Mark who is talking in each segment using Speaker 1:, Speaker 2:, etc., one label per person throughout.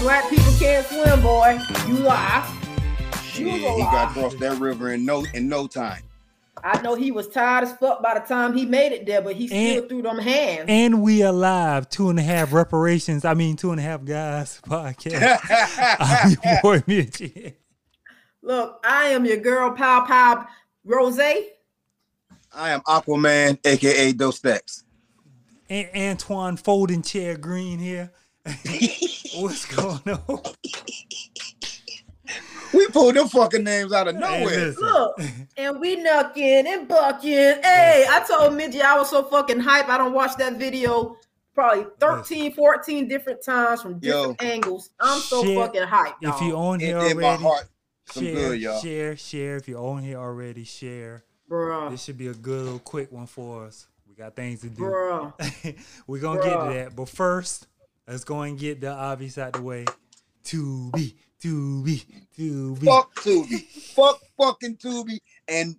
Speaker 1: black people can't swim, boy. You lie. You
Speaker 2: Yeah,
Speaker 1: a
Speaker 2: he
Speaker 1: lie.
Speaker 2: got across that river in no in no time.
Speaker 1: I know he was tired as fuck by the time he made it there, but he still
Speaker 3: And-
Speaker 1: threw them hands.
Speaker 3: And we alive, two and a half reparations. I mean, two and a half guys podcast. I'm your boy Mitchie.
Speaker 1: Look, I am your girl, Pow Pow Rose.
Speaker 2: I am Aquaman, aka Dos Stacks.
Speaker 3: An- Antoine Folding Chair Green here. What's going on?
Speaker 2: We pulled them fucking names out of
Speaker 3: Hey,
Speaker 2: nowhere.
Speaker 3: listen.
Speaker 1: Look, and we knucking and bucking. Hey, I told Midge I was so fucking hype. I don't watch that video probably 13, 14 different times from different angles. I'm so
Speaker 3: Shit.
Speaker 1: fucking hype.
Speaker 3: If you own
Speaker 2: It
Speaker 3: here
Speaker 2: did my
Speaker 3: already,
Speaker 2: heart. some
Speaker 3: share,
Speaker 2: good, y'all.
Speaker 3: share, share. If you own here already, share.
Speaker 1: bruh,
Speaker 3: This should be a good little quick one for us. We got things to do.
Speaker 1: bruh.
Speaker 3: We're gonna get to
Speaker 1: Bruh.
Speaker 3: that, but first, let's go and get the obvious out the way. To be, to be, to be.
Speaker 2: Fuck Tubi. Fuck fucking Tubi. And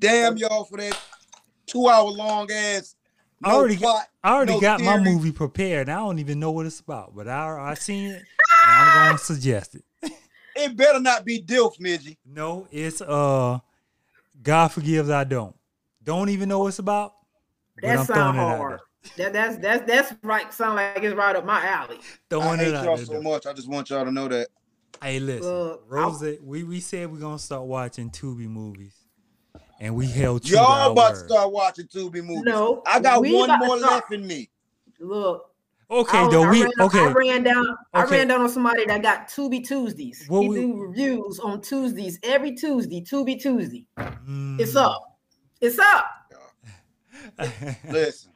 Speaker 2: damn y'all for that two hour long ass.
Speaker 3: I already,
Speaker 2: no
Speaker 3: got,
Speaker 2: plot,
Speaker 3: I already
Speaker 2: no
Speaker 3: got my
Speaker 2: theory.
Speaker 3: movie prepared. and I don't even know what it's about, but I I seen it. and I'm gonna suggest it.
Speaker 2: It better not be Dilf Midgey.
Speaker 3: No, it's uh, God forgives I don't. Don't even know what it's about. but
Speaker 1: That
Speaker 3: I'm
Speaker 1: sound
Speaker 3: throwing it out
Speaker 1: hard. That, that's that's that's right. Sound like it's right up my alley.
Speaker 3: there.
Speaker 2: I
Speaker 3: Throwing
Speaker 2: hate
Speaker 3: it out
Speaker 2: y'all
Speaker 3: there.
Speaker 2: so
Speaker 3: though.
Speaker 2: much. I just want y'all to know that.
Speaker 3: Hey, listen,
Speaker 1: Look, I-
Speaker 3: Rose. We, we said we're gonna start watching Tubi movies, and we held true to our
Speaker 2: Y'all about to
Speaker 3: word.
Speaker 2: start watching Tubi movies.
Speaker 1: No,
Speaker 2: I got
Speaker 1: we
Speaker 2: one
Speaker 1: about to
Speaker 2: more
Speaker 1: start-
Speaker 2: left in me.
Speaker 1: Look,
Speaker 3: Okay,
Speaker 1: I-
Speaker 3: though
Speaker 1: I
Speaker 3: we
Speaker 1: ran,
Speaker 3: okay.
Speaker 1: I ran down. I
Speaker 3: Okay.
Speaker 1: ran down on somebody that got Tubi Tuesdays.
Speaker 3: Well,
Speaker 1: he
Speaker 3: we-
Speaker 1: do reviews on Tuesdays every Tuesday. Tubi Tuesday. It's
Speaker 3: Mm.
Speaker 1: up. It's up.
Speaker 2: Listen,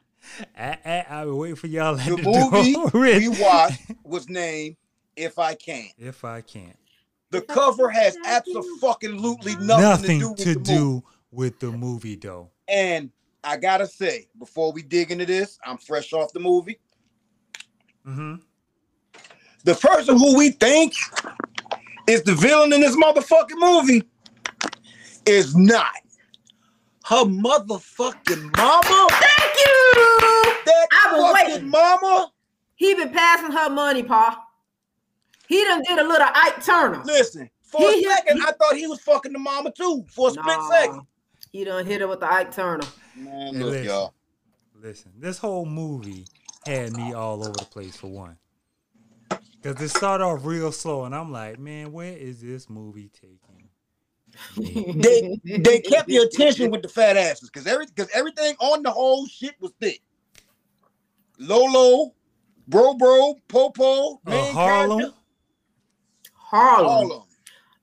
Speaker 3: I, I, I would wait for y'all at
Speaker 2: the
Speaker 3: the, door.
Speaker 2: movie we
Speaker 3: Rich.
Speaker 2: watched was named If I Can.
Speaker 3: If I can't,
Speaker 2: The cover has absolutely nothing,
Speaker 3: nothing,
Speaker 2: to do with the movie.
Speaker 3: to do with the movie though.
Speaker 2: And I gotta say, before we dig into this, I'm fresh off the movie.
Speaker 3: Mm-hmm.
Speaker 2: The person who we think is the villain in this motherfucking movie is not her motherfucking mama.
Speaker 1: Thank you.
Speaker 2: That
Speaker 1: I was
Speaker 2: fucking
Speaker 1: waiting.
Speaker 2: mama.
Speaker 1: He been passing her money, Pa. He done did a little Ike Turner.
Speaker 2: Listen, for
Speaker 1: He-
Speaker 2: a second, I thought he was fucking the mama too. For a split
Speaker 1: Nah,
Speaker 2: second.
Speaker 1: He done hit her with the Ike Turner.
Speaker 2: Man,
Speaker 3: Hey,
Speaker 2: look,
Speaker 3: listen.
Speaker 2: y'all.
Speaker 3: Listen, this whole movie had me all over the place for one. Cause it started off real slow, and I'm like, man, where is this movie taking?
Speaker 2: They they kept your attention with the fat asses because every because everything on the whole shit was thick. Lolo, Bro Bro, Popo,
Speaker 3: Uh,
Speaker 2: main
Speaker 3: Harlem.
Speaker 2: character,
Speaker 1: Harlem.
Speaker 2: all of them.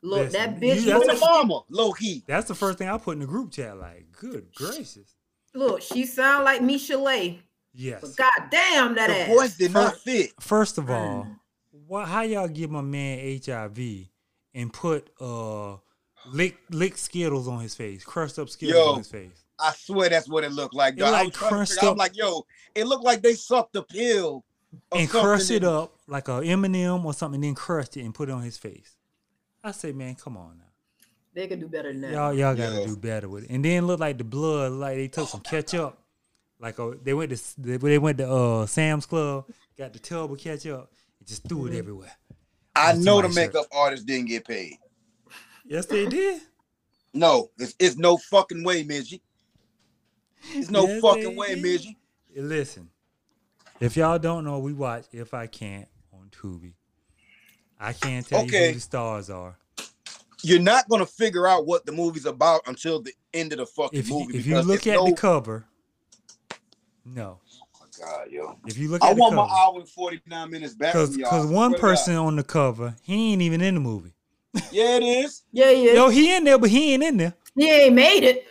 Speaker 1: Look,
Speaker 3: Listen,
Speaker 1: that bitch.
Speaker 3: you-
Speaker 2: Even the
Speaker 3: that's-
Speaker 2: mama, low key.
Speaker 3: That's the first thing I put in the group chat. Like, good gracious.
Speaker 1: Look, she sound like Michelet, but
Speaker 3: Yes.
Speaker 1: goddamn that
Speaker 2: The
Speaker 1: ass.
Speaker 2: voice did not
Speaker 3: First-
Speaker 2: fit.
Speaker 3: First
Speaker 2: mm.
Speaker 3: of all, why how y'all give my man HIV and put uh lick lick Skittles on his face, crushed up Skittles
Speaker 2: Yo.
Speaker 3: on his face?
Speaker 2: I swear that's what it looked like.
Speaker 3: It
Speaker 2: Dog. I
Speaker 3: like
Speaker 2: was trying to
Speaker 3: crunched
Speaker 2: figure- I'm
Speaker 3: up-
Speaker 2: like, yo, it looked like they sucked a pill or
Speaker 3: and
Speaker 2: something
Speaker 3: crush it
Speaker 2: and-
Speaker 3: up like a M or something, then crushed it and put it on his face. I say, man, come on now.
Speaker 1: They could do better than that.
Speaker 3: Y'all y'all gotta
Speaker 2: Yeah.
Speaker 3: do better with it. And then look like the blood, like they took some ketchup. Like uh they went to s- they, they went to uh Sam's Club, got the tub of ketchup, and just threw
Speaker 2: Mm-hmm.
Speaker 3: it everywhere.
Speaker 2: I
Speaker 3: That's
Speaker 2: know
Speaker 3: my
Speaker 2: the
Speaker 3: shirt.
Speaker 2: makeup artist didn't get paid.
Speaker 3: Yes, they did.
Speaker 2: No, it's, it's no fucking way, Midgie. It's no
Speaker 3: Yes,
Speaker 2: fucking way,
Speaker 3: baby.
Speaker 2: Midgie.
Speaker 3: Listen, if y'all don't know, we watch If I Can't on Tubi. I can't tell you
Speaker 2: Okay.
Speaker 3: who the stars are.
Speaker 2: You're not gonna figure out what the movie's about until the end of the fucking
Speaker 3: If you,
Speaker 2: movie.
Speaker 3: if you
Speaker 2: because
Speaker 3: look
Speaker 2: it's
Speaker 3: at
Speaker 2: no,
Speaker 3: the cover, no.
Speaker 2: Oh, God, yo.
Speaker 3: If you look
Speaker 2: I
Speaker 3: at the
Speaker 2: want my
Speaker 3: cover,
Speaker 2: hour and forty nine minutes back
Speaker 3: because
Speaker 2: from y'all.
Speaker 3: because
Speaker 2: Swear
Speaker 3: one
Speaker 2: to God.
Speaker 3: person on the cover, he ain't even in the movie.
Speaker 2: yeah, it is.
Speaker 1: Yeah, yeah.
Speaker 3: No, he in there, but he ain't in there.
Speaker 1: He ain't made it.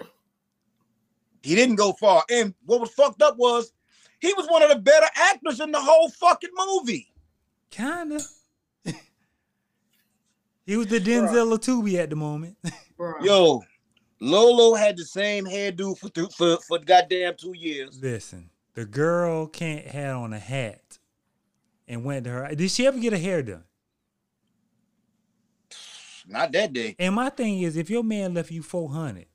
Speaker 2: He didn't go far, and what was fucked up was he was one of the better actors in the whole fucking movie.
Speaker 3: Kinda. he was the Denzel of Tubi at the moment.
Speaker 1: Bruh.
Speaker 2: Yo, Lolo had the same hairdo for th- for for goddamn two years.
Speaker 3: Listen, the girl can't had on a hat, and went to her. Did she ever get her hair done?
Speaker 2: Not that day.
Speaker 3: And my thing is, if your man left you four hundred,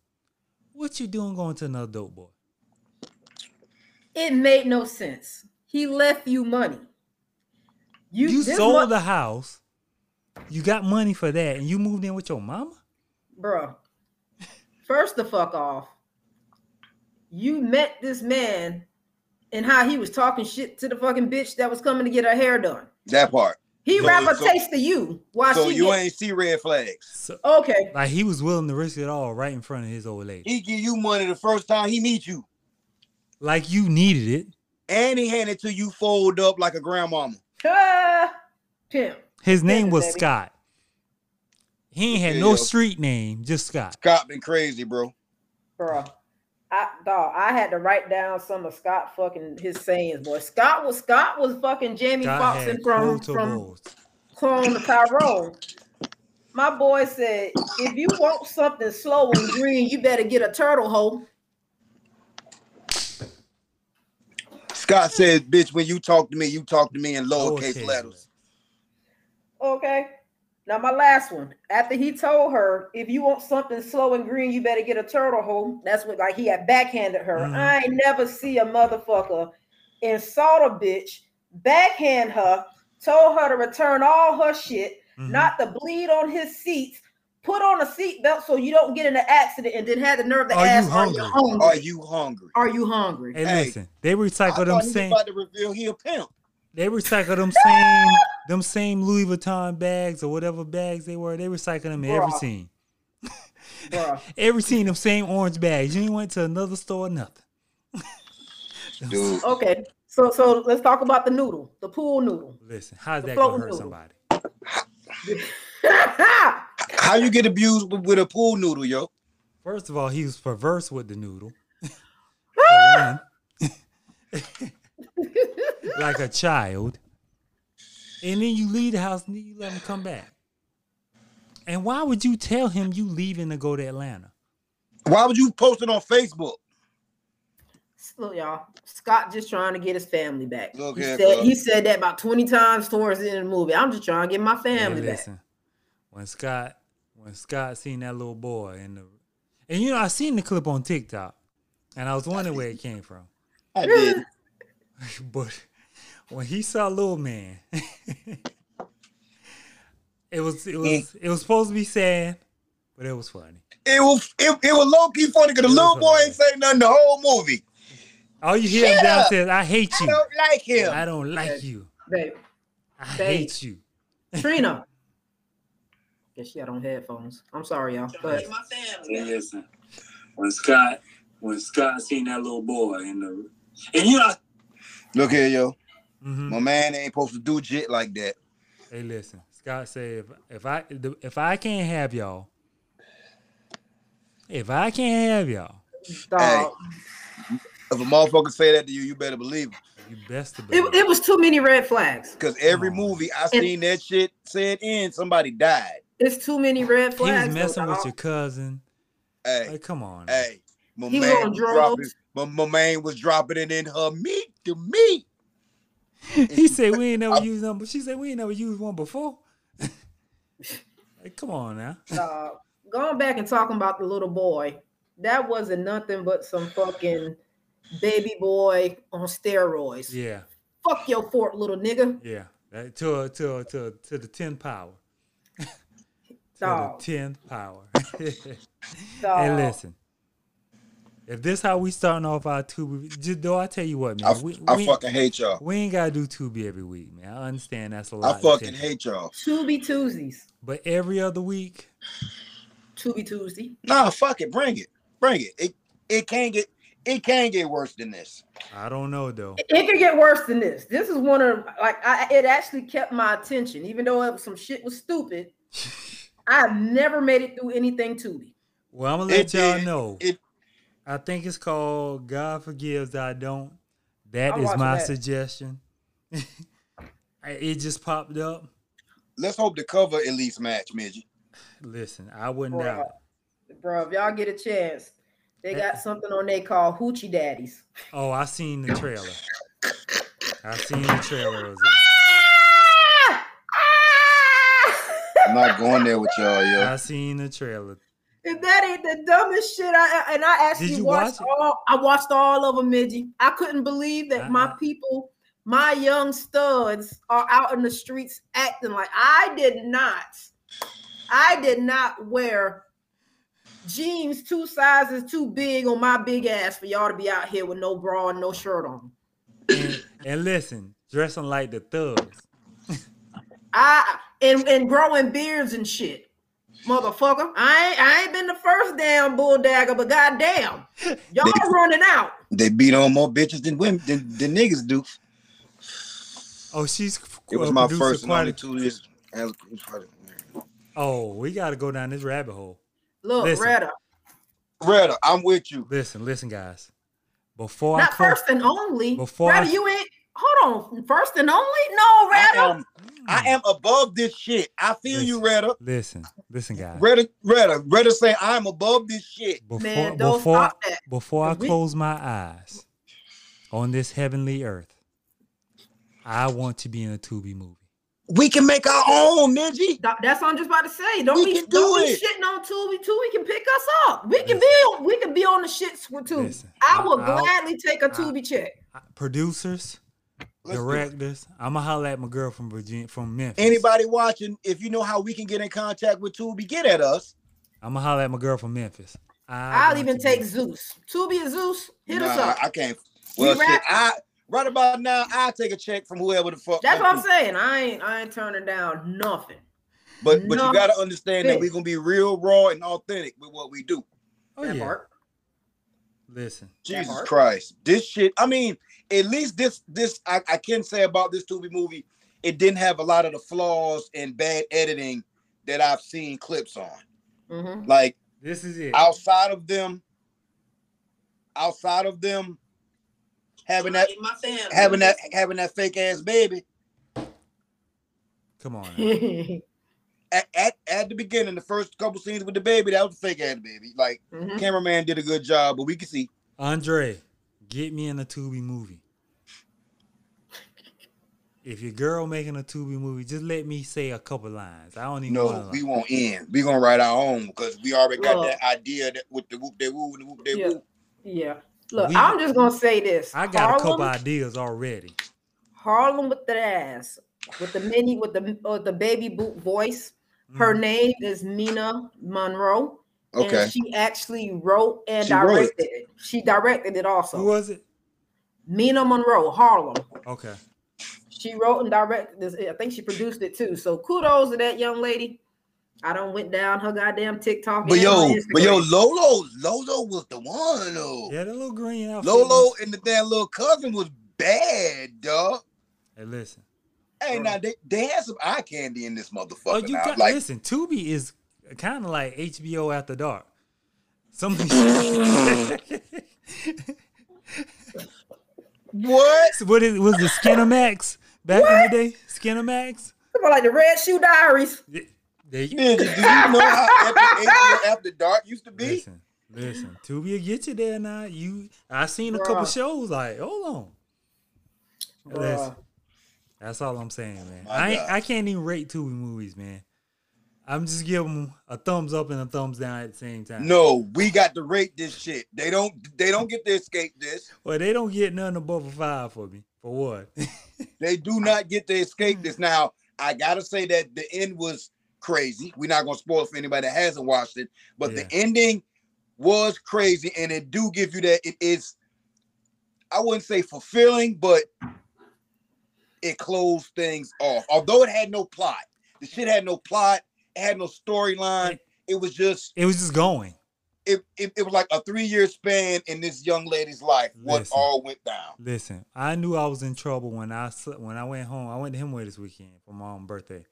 Speaker 3: what you doing going to another dope boy?
Speaker 1: It made no sense. He left you money.
Speaker 3: You, you sold mo- the house. You got money for that, and you moved in with your mama,
Speaker 1: bro. First the fuck off. You met this man and how he was talking shit to the fucking bitch that was coming to get her hair done.
Speaker 2: That part.
Speaker 1: He so, rather so, taste of you. Why
Speaker 2: so
Speaker 1: she
Speaker 2: you
Speaker 1: get-
Speaker 2: ain't see red flags.
Speaker 3: So,
Speaker 1: Okay.
Speaker 3: Like he was willing to risk it all right in front of his old lady.
Speaker 2: He give you money the first time he meet you,
Speaker 3: Like you needed it.
Speaker 2: and he handed to you fold up like a grandmama.
Speaker 1: Ah, pimp.
Speaker 3: His name
Speaker 1: Pimp,
Speaker 3: was
Speaker 1: baby.
Speaker 3: Scott. He ain't had
Speaker 2: Yeah,
Speaker 3: no
Speaker 2: yo.
Speaker 3: street name, just Scott.
Speaker 2: Scott been crazy, bro.
Speaker 1: Bro. I dog, I had to write down some of Scott fucking his sayings, boy. Scott was Scott was fucking Jamie
Speaker 3: Scott
Speaker 1: Foxx
Speaker 3: had
Speaker 1: and from
Speaker 3: quota
Speaker 1: from
Speaker 3: roles.
Speaker 1: clone to Tyrone. My boy said, if you want something slow and green, you better get a turtle hoe.
Speaker 2: Scott said, "Bitch, when you talk to me, you talk to me in lowercase
Speaker 3: Lowercase
Speaker 2: letters."
Speaker 1: Okay. Now my last one. After he told her, if you want something slow and green, you better get a turtle hoe. That's what like he had backhanded her.
Speaker 3: Mhm.
Speaker 1: I ain't never see a motherfucker insult a bitch, backhand her, told her to return all her shit,
Speaker 3: Mhm.
Speaker 1: not to bleed on his seats, put on a seatbelt so you don't get in an accident, and then had the nerve to
Speaker 3: Are you
Speaker 1: ask, "Are you
Speaker 3: hungry?"
Speaker 1: hungry?
Speaker 2: Are you hungry?
Speaker 1: Are you hungry?
Speaker 3: Hey,
Speaker 2: Hey,
Speaker 3: listen, they
Speaker 2: I
Speaker 3: recycle
Speaker 2: thought
Speaker 3: them
Speaker 2: he was
Speaker 3: same.
Speaker 2: about to reveal he a pimp.
Speaker 3: They recycle them same them same Louis Vuitton bags or whatever bags they were. They recycle them in every
Speaker 1: Bruh.
Speaker 3: scene.
Speaker 1: Bruh.
Speaker 3: Every scene, them same orange bags. You ain't went to another store, nothing.
Speaker 2: Dude,
Speaker 1: Okay, so so let's talk about the noodle, the pool noodle.
Speaker 3: Listen, how's
Speaker 1: The
Speaker 3: that gonna
Speaker 1: floating
Speaker 3: hurt
Speaker 1: noodle.
Speaker 3: somebody?
Speaker 2: how you get abused with, with a pool noodle, yo?
Speaker 3: First of all, he was perverse with the noodle. like a child. And then you leave the house and then you let him come back. And why would you tell him you leaving to go to Atlanta?
Speaker 2: Why would you post it on Facebook?
Speaker 1: Look, y'all. Scott just trying to get his family back.
Speaker 2: Look
Speaker 1: he
Speaker 2: here,
Speaker 1: said
Speaker 2: bro.
Speaker 1: he said that about twenty times towards the end of the movie. I'm just trying to get my
Speaker 3: And
Speaker 1: family back.
Speaker 3: listen, when Scott when Scott seen that little boy in the and you know I seen the clip on TikTok and I was wondering where it came from.
Speaker 2: I did.
Speaker 3: but when he saw little man, it was it
Speaker 4: Mm.
Speaker 3: was it was supposed to be sad, but it was funny.
Speaker 2: It was it, it was low key funny because the
Speaker 3: It was
Speaker 2: little boy ain't
Speaker 3: hilarious.
Speaker 2: say nothing the whole movie.
Speaker 3: All you hear him
Speaker 2: Shut up.
Speaker 3: downstairs, I hate
Speaker 2: I
Speaker 3: you.
Speaker 2: don't like him.
Speaker 3: I don't like you.
Speaker 1: Babe,
Speaker 3: I
Speaker 1: Babe.
Speaker 3: hate you.
Speaker 1: Trina. Guess she had on headphones. I'm sorry, y'all. But
Speaker 4: And listen, when Scott, when Scott seen that little boy in the, and you know,
Speaker 2: Look here, yo.
Speaker 3: Mhm.
Speaker 2: My man ain't supposed to do shit like that.
Speaker 3: Hey, listen, Scott said if, if I if I can't have y'all, if I can't have y'all,
Speaker 1: dog,
Speaker 2: Hey. If a motherfucker say that to you, you better believe it.
Speaker 3: you best to be.
Speaker 1: it, it was too many red flags.
Speaker 2: Because every
Speaker 3: Come on.
Speaker 2: movie I seen that shit said in, somebody died.
Speaker 1: It's too many red
Speaker 3: He
Speaker 1: flags.
Speaker 3: was messing
Speaker 1: though,
Speaker 3: with
Speaker 1: dog.
Speaker 3: your cousin.
Speaker 2: Hey,
Speaker 3: Like, come on. man.
Speaker 2: hey. My
Speaker 1: He was
Speaker 2: man
Speaker 1: on
Speaker 2: was
Speaker 1: drugs.
Speaker 2: dropping, my, my man was dropping it in her meat to me.
Speaker 3: He said we ain't never used them, but she said we ain't never used one before. like, come on now.
Speaker 1: uh, going back and talking about the little boy, that wasn't nothing but some fucking baby boy on steroids.
Speaker 3: Yeah,
Speaker 1: Fuck your fort, little nigga.
Speaker 3: yeah. That, to to to to the ten power. to
Speaker 1: Dog.
Speaker 3: the ten power.
Speaker 1: Dog.
Speaker 3: and listen, if this how we starting off our two, just though I tell you what,
Speaker 2: I,
Speaker 3: man, we,
Speaker 2: I
Speaker 3: we,
Speaker 2: fucking hate y'all.
Speaker 3: we ain't gotta do Tubi every week, man. I understand that's a
Speaker 2: I
Speaker 3: lot. to
Speaker 2: fucking
Speaker 3: take.
Speaker 2: hate y'all.
Speaker 1: Tubi Tuesdays.
Speaker 3: But every other week,
Speaker 1: Tubi Tuesday.
Speaker 2: Nah, fuck it. Bring it. Bring it. It it can't get it can't get worse than this.
Speaker 3: I don't know though.
Speaker 1: It could get worse than this. This is one of like I it actually kept my attention, even though it was, some shit was stupid. I've never made it through anything Tubi.
Speaker 3: Well, I'm gonna
Speaker 2: It
Speaker 3: let y'all
Speaker 2: did-
Speaker 3: know.
Speaker 2: it-
Speaker 3: I think it's called God Forgives I Don't. That
Speaker 1: I'm
Speaker 3: is
Speaker 1: watching
Speaker 3: my
Speaker 1: that.
Speaker 3: suggestion. I- it just popped up.
Speaker 2: Let's hope the cover at least match, Midget.
Speaker 3: Listen, I wouldn't
Speaker 1: Bruh.
Speaker 3: doubt it.
Speaker 1: Bro, if y'all get a chance, they got something on they call Hoochie Daddies.
Speaker 3: Oh, I seen the trailer. I seen the trailer. It was
Speaker 1: Ah! Ah!
Speaker 2: I'm not going there with y'all,
Speaker 3: a-
Speaker 2: yo.
Speaker 3: I seen the trailer.
Speaker 1: And that ain't the dumbest shit I and I actually
Speaker 3: you
Speaker 1: watched
Speaker 3: watch it?
Speaker 1: all I watched all of them, Midgie. I couldn't believe that my
Speaker 3: Uh-uh.
Speaker 1: people my young studs are out in the streets acting like I did not. I did not wear jeans two sizes too big on my big ass for y'all to be out here with no bra and no shirt on.
Speaker 3: And, and listen, dressing like the thugs.
Speaker 1: I and, and growing beards and shit. Motherfucker, I ain't, I ain't been the first damn bull dagger, but goddamn, y'all
Speaker 2: They-
Speaker 1: running out.
Speaker 2: They beat on more bitches than women than, than niggas do.
Speaker 3: Oh, she's
Speaker 2: It was
Speaker 3: uh,
Speaker 2: my
Speaker 3: producer
Speaker 2: first and
Speaker 3: quite
Speaker 2: only
Speaker 3: a-
Speaker 2: two years. as-
Speaker 3: Oh, we got to go down this rabbit hole.
Speaker 1: Look,
Speaker 3: Listen.
Speaker 1: Retta,
Speaker 2: Retta, I'm with you.
Speaker 3: Listen, listen, guys. Before I
Speaker 1: not
Speaker 3: come,
Speaker 1: first and only.
Speaker 3: Before
Speaker 1: Retta,
Speaker 3: I-
Speaker 1: you ain't. Hold on, first and only? No,
Speaker 2: I
Speaker 1: Retta.
Speaker 2: am, I am above this shit. I feel you, Retta.
Speaker 3: Mm. listen, listen, guys.
Speaker 2: Retta, Retta, Retta say I'm above this shit.
Speaker 3: Before,
Speaker 1: Man, don't
Speaker 3: before,
Speaker 1: stop that.
Speaker 3: before I
Speaker 1: We-
Speaker 3: close my eyes on this heavenly earth, I want to be in a Tubi movie.
Speaker 2: We can make our own, Midgie.
Speaker 1: Th- That's what I'm just about to say. Don't
Speaker 2: We
Speaker 1: be
Speaker 2: can do
Speaker 1: don't be
Speaker 2: it.
Speaker 1: shitting on Tubi too. We can pick us up. We can
Speaker 3: Listen.
Speaker 1: be on, we can be on the shits with Tubi.
Speaker 3: Listen,
Speaker 1: I
Speaker 3: I-
Speaker 1: will
Speaker 3: I'll-
Speaker 1: gladly take a Tubi check.
Speaker 3: I- Producers,
Speaker 2: Let's do it.
Speaker 3: directors. I'ma holler at my girl from Virginia, from Memphis.
Speaker 2: Anybody watching, if you know how we can get in contact with Tubi, get at us.
Speaker 3: I'ma holler at my girl from Memphis. I
Speaker 1: I'll
Speaker 3: want
Speaker 1: even
Speaker 3: to
Speaker 1: take
Speaker 3: be-
Speaker 1: Zeus. Tubi and Zeus, hit
Speaker 2: Nah,
Speaker 1: us up.
Speaker 2: I can't. Well,
Speaker 1: We
Speaker 2: shit,
Speaker 1: rap-
Speaker 2: I right about now, I take a check from whoever the fuck.
Speaker 1: That's what I'm saying. I ain't I ain't turning down nothing.
Speaker 2: But but
Speaker 1: No.
Speaker 2: you gotta understand that
Speaker 1: Bitch.
Speaker 2: we're gonna be real raw and authentic with what we do.
Speaker 3: Oh
Speaker 1: that
Speaker 3: yeah.
Speaker 1: part.
Speaker 3: Listen,
Speaker 2: Jesus
Speaker 1: hard?
Speaker 2: Christ. This shit, I mean, at least this this I, I can say about this Tubi movie, it didn't have a lot of the flaws and bad editing that I've seen clips on.
Speaker 1: Mhm.
Speaker 2: Like
Speaker 3: this is it.
Speaker 2: outside of them, outside of them having that
Speaker 4: my family.
Speaker 2: having that having that fake ass baby
Speaker 3: Come on. now.
Speaker 1: Mhm.
Speaker 2: at, at, at the beginning, the first couple scenes with the baby, that was a fake ass baby. Like
Speaker 1: Mm-hmm.
Speaker 2: cameraman did a good job, but we can see.
Speaker 3: Andre, get me in a Tubi movie. If your girl making a Tubi movie, just let me say a couple lines. I don't even
Speaker 2: No,
Speaker 3: want
Speaker 2: we won't end. We gonna write our own because we already got
Speaker 1: Look.
Speaker 2: that idea that with the whoop de woo and the whoop de
Speaker 1: Yeah.
Speaker 2: woo.
Speaker 1: Yeah. Look,
Speaker 3: We-
Speaker 1: I'm just gonna say this.
Speaker 3: I got a couple
Speaker 1: Harlem-
Speaker 3: ideas already.
Speaker 1: Harlem with the ass, with the mini, with the uh, the baby boot voice. Her
Speaker 3: Mm.
Speaker 1: name is Mina Monroe.
Speaker 2: Okay.
Speaker 1: And she actually wrote and
Speaker 2: She wrote
Speaker 1: directed
Speaker 2: it.
Speaker 1: it. She directed it also.
Speaker 3: Who was it?
Speaker 1: Mina Monroe, Harlem.
Speaker 3: Okay.
Speaker 1: She wrote and directed this. I think she produced it too. So kudos to that young lady. I don't went down her goddamn TikTok.
Speaker 2: But
Speaker 1: and her
Speaker 2: yo, but yo,
Speaker 1: Instagram.
Speaker 2: Lolo, Lolo was the one though.
Speaker 3: Yeah, that little green outfit.
Speaker 2: Lolo
Speaker 3: was-
Speaker 2: and the damn little cousin was bad, dog.
Speaker 3: Hey, listen.
Speaker 2: Hey,
Speaker 3: Bruh.
Speaker 2: now they, they had some eye candy in this motherfucker.
Speaker 3: Oh, you
Speaker 2: now.
Speaker 3: got
Speaker 2: like,
Speaker 3: listen. Tubi is kind of like HBO after dark. Some
Speaker 2: what?
Speaker 3: what is was it Skinamax back in the day? Skinamax.
Speaker 1: Come on, like the Red Shoe Diaries.
Speaker 3: There you
Speaker 2: Did you, do you know how epic HBO After Dark used to be?
Speaker 3: listen, listen. Tubi will get you there now. You, I seen a couple
Speaker 1: Bruh.
Speaker 3: shows like hold on. Listen,
Speaker 1: Bruh.
Speaker 3: that's all I'm saying, man.
Speaker 2: My
Speaker 3: I ain't,
Speaker 2: God.
Speaker 3: I can't even rate Tubi movies, man. I'm just giving 'em a thumbs up and a thumbs down at the same time.
Speaker 2: No, we got to rate this shit. They don't. They don't get to escape this.
Speaker 3: Well, they don't get nothing above a five for me. For what?
Speaker 2: They do not get to escape
Speaker 3: Mm.
Speaker 2: this. Now, I gotta say that the end was crazy. We're not gonna spoil it for anybody that hasn't watched it, but
Speaker 3: Yeah.
Speaker 2: the ending was crazy, and it do give you that it is. I wouldn't say fulfilling, but it closed things off. Although it had no plot, the shit had no plot. It had no storyline. It was just
Speaker 3: it was just going.
Speaker 2: it, it, it was like a three year span in this young lady's life. What
Speaker 3: Listen.
Speaker 2: all went down?
Speaker 3: Listen, I knew I was in trouble when I s- when I went home. I went to Hemway this weekend for my own birthday,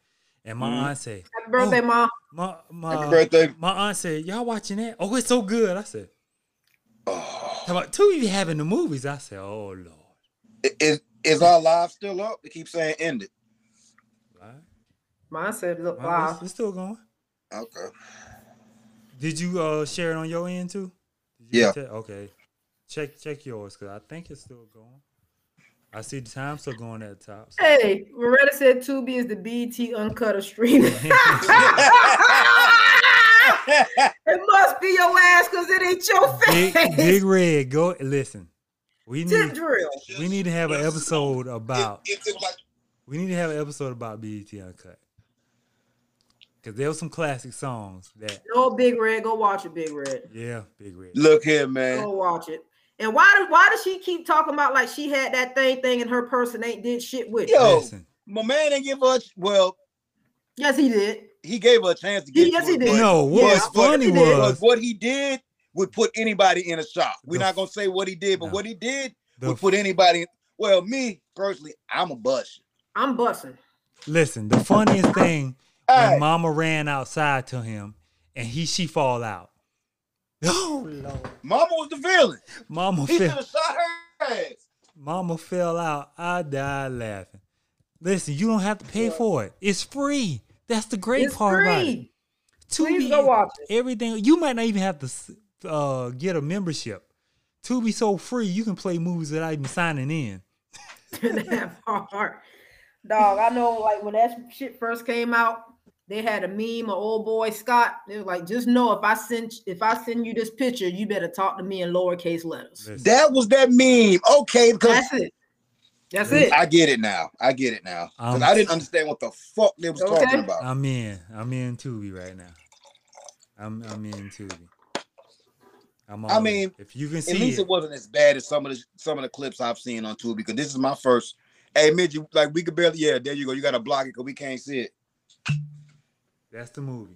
Speaker 3: and my
Speaker 2: Mhm.
Speaker 3: aunt said,
Speaker 1: Happy birthday,
Speaker 3: Oh.
Speaker 1: mom.
Speaker 3: "My my
Speaker 2: Happy birthday!
Speaker 3: my aunt said, y'all watching that? Oh, it's so good." I said,
Speaker 2: Oh,
Speaker 3: "How about two of you having the movies?" I said, "Oh Lord."
Speaker 2: I- is is our live still up? They keep saying end it.
Speaker 3: Right?
Speaker 1: Mine said, "Look,
Speaker 3: Well,
Speaker 1: wow."
Speaker 3: it's, it's still going.
Speaker 2: Okay.
Speaker 3: Did you uh share it on your end too? Did you
Speaker 2: Yeah.
Speaker 3: te- okay. Check check yours because I think it's still going. I see the time still going at the top. so-
Speaker 1: Hey, Loretta said Tubi is the BT uncut of streaming. it must be your ass because it ain't your
Speaker 3: Big,
Speaker 1: face.
Speaker 3: Big Red, go listen. We
Speaker 1: Tip
Speaker 3: need
Speaker 1: drill.
Speaker 3: we need to have an episode about
Speaker 2: It, it was like
Speaker 3: we need to have an episode about BET Uncut. Cause there were some classic songs that
Speaker 1: No big red. Go watch it, Big Red.
Speaker 3: yeah, Big Red.
Speaker 2: Look here, man.
Speaker 1: Go watch it. And why do why does she keep talking about like she had that thing thing and her person ain't did shit with it?
Speaker 2: Yeah. yo.
Speaker 3: Listen,
Speaker 2: My man didn't give us. Well,
Speaker 1: Yes, he did.
Speaker 2: he gave her a chance to
Speaker 1: He-
Speaker 2: get.
Speaker 1: yes,
Speaker 2: to
Speaker 1: he
Speaker 2: it,
Speaker 1: did.
Speaker 2: but-
Speaker 3: no, what
Speaker 2: Yes,
Speaker 3: was
Speaker 2: but-
Speaker 3: funny
Speaker 1: Yes, he did.
Speaker 2: But
Speaker 3: was
Speaker 2: what he did would put anybody in a shock. We're
Speaker 3: The
Speaker 2: not gonna say what he did, but
Speaker 3: no.
Speaker 2: what he did
Speaker 3: the
Speaker 2: would put anybody. In, well, me personally, I'm a bust.
Speaker 1: I'm bussing.
Speaker 3: listen. The funniest thing
Speaker 2: Hey.
Speaker 3: when Mama ran outside to him and he she fall out. Oh Lord,
Speaker 2: Mama was the villain.
Speaker 3: Mama
Speaker 2: He should
Speaker 3: fell.
Speaker 2: have shot her ass.
Speaker 3: Mama fell out. I died laughing. Listen, you don't have to pay for it. It's free. That's the great
Speaker 1: It's
Speaker 3: part about it.
Speaker 1: free. Please
Speaker 3: Tubi
Speaker 1: go
Speaker 3: is-
Speaker 1: watch it.
Speaker 3: everything. You might not even have to s- uh, get a membership. Tubi so free, you can play movies without even signing in.
Speaker 1: that part. Dog, I know like when that shit first came out, they had a meme of old boy Scott. They were like, just know if I send if I send you this picture, you better talk to me in lowercase letters.
Speaker 3: Listen,
Speaker 2: That was that meme. Okay, because
Speaker 1: That's it. That's it.
Speaker 2: I get it now. I get it now. 'Cause
Speaker 3: Um,
Speaker 2: I didn't understand what the fuck they was
Speaker 1: Okay.
Speaker 2: talking about.
Speaker 3: I'm in. I'm in Tubi right now. I'm I'm in Tubi. I'm
Speaker 2: I
Speaker 3: all in.
Speaker 2: mean,
Speaker 3: if you can
Speaker 2: At
Speaker 3: see
Speaker 2: least
Speaker 3: it,
Speaker 2: it. wasn't as bad as some of the some of the clips I've seen on Tubi. Because this is my first. Hey, Midge, you- like we could barely. Yeah, there you go. You got to block it because we can't see it.
Speaker 3: that's the movie.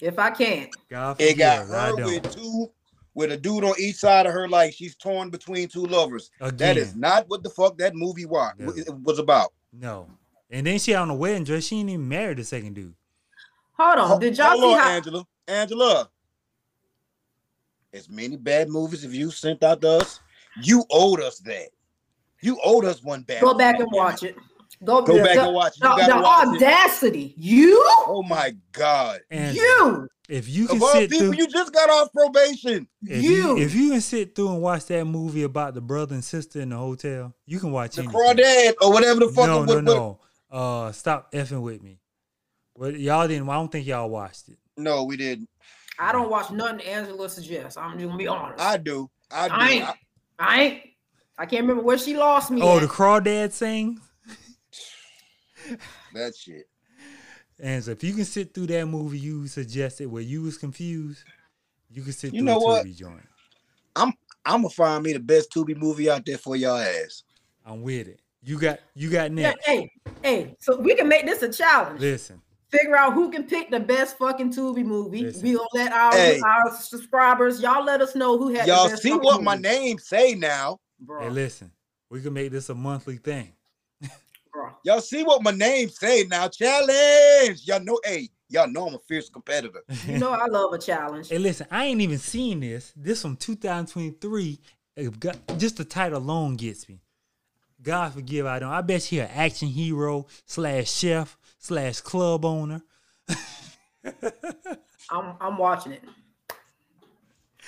Speaker 1: If I can't.
Speaker 3: God forgive,
Speaker 2: It got
Speaker 3: I
Speaker 2: her
Speaker 3: don't.
Speaker 2: with two, with a dude on each side of her, like she's torn between two lovers.
Speaker 3: Again,
Speaker 2: That is not what the fuck that movie wa-
Speaker 3: No.
Speaker 2: it was about.
Speaker 3: no. And then she on a wedding dress. She ain't even married the second dude.
Speaker 1: Hold on. Did y'all
Speaker 2: Hold
Speaker 1: see
Speaker 2: on,
Speaker 1: how
Speaker 2: Angela? Angela, as many bad movies as you sent out to us, you owed us that. You owed us one bad.
Speaker 1: go
Speaker 2: movie.
Speaker 1: back and watch it? Go,
Speaker 2: Go
Speaker 1: the-
Speaker 2: back
Speaker 1: the,
Speaker 2: and watch. it. You
Speaker 1: the-
Speaker 2: gotta
Speaker 1: the
Speaker 2: watch it.
Speaker 1: audacity. You?
Speaker 2: Oh my god!
Speaker 3: And
Speaker 1: You.
Speaker 3: if you can
Speaker 2: Of all
Speaker 3: sit
Speaker 2: people,
Speaker 3: through,
Speaker 2: you just got off probation.
Speaker 3: if you.
Speaker 1: You.
Speaker 3: if you can sit through and watch that movie about the brother and sister in the hotel, you can watch
Speaker 2: The
Speaker 3: anything.
Speaker 2: crawdad or whatever the fuck.
Speaker 3: no,
Speaker 2: it
Speaker 3: no,
Speaker 2: was-
Speaker 3: no. Uh, stop effing with me. Well, y'all didn't. I don't think y'all watched it.
Speaker 2: no, we didn't.
Speaker 1: I don't watch nothing Angela suggests. I'm just gonna be honest.
Speaker 2: I
Speaker 1: I,
Speaker 2: do. I do.
Speaker 1: ain't.
Speaker 2: I-
Speaker 1: I ain't. I can't remember where she lost me.
Speaker 3: Oh,
Speaker 1: at.
Speaker 3: the crawdad sings.
Speaker 2: that shit.
Speaker 3: And so if you can sit through that movie you suggested where you was confused, you can sit
Speaker 2: You
Speaker 3: through
Speaker 2: know
Speaker 3: a
Speaker 2: what?
Speaker 3: Tubi joint.
Speaker 2: I'm gonna find me the best Tubi movie out there for y'all ass.
Speaker 3: I'm with it. You got you got
Speaker 1: Yeah,
Speaker 3: next.
Speaker 1: hey, hey, so we can make this a challenge.
Speaker 3: Listen,
Speaker 1: Figure out who can pick the best fucking Tubi movie.
Speaker 3: Listen.
Speaker 1: We gonna let our,
Speaker 2: Hey.
Speaker 1: our subscribers, y'all let us know who had the
Speaker 2: Y'all
Speaker 1: best
Speaker 2: see
Speaker 1: fucking
Speaker 2: what my
Speaker 1: movie.
Speaker 2: name say now.
Speaker 1: Bruh,
Speaker 3: hey, listen. We can make this a monthly thing.
Speaker 1: bruh.
Speaker 2: Y'all see what my name say now. Challenge. Y'all know, hey, y'all know I'm a fierce competitor.
Speaker 1: You know I love a challenge.
Speaker 3: Hey, listen. I ain't even seen this. This from 2023. It got- Just the title alone gets me. God forgive I don't. I bet she an action hero slash chef slash club owner.
Speaker 1: I'm I'm watching it.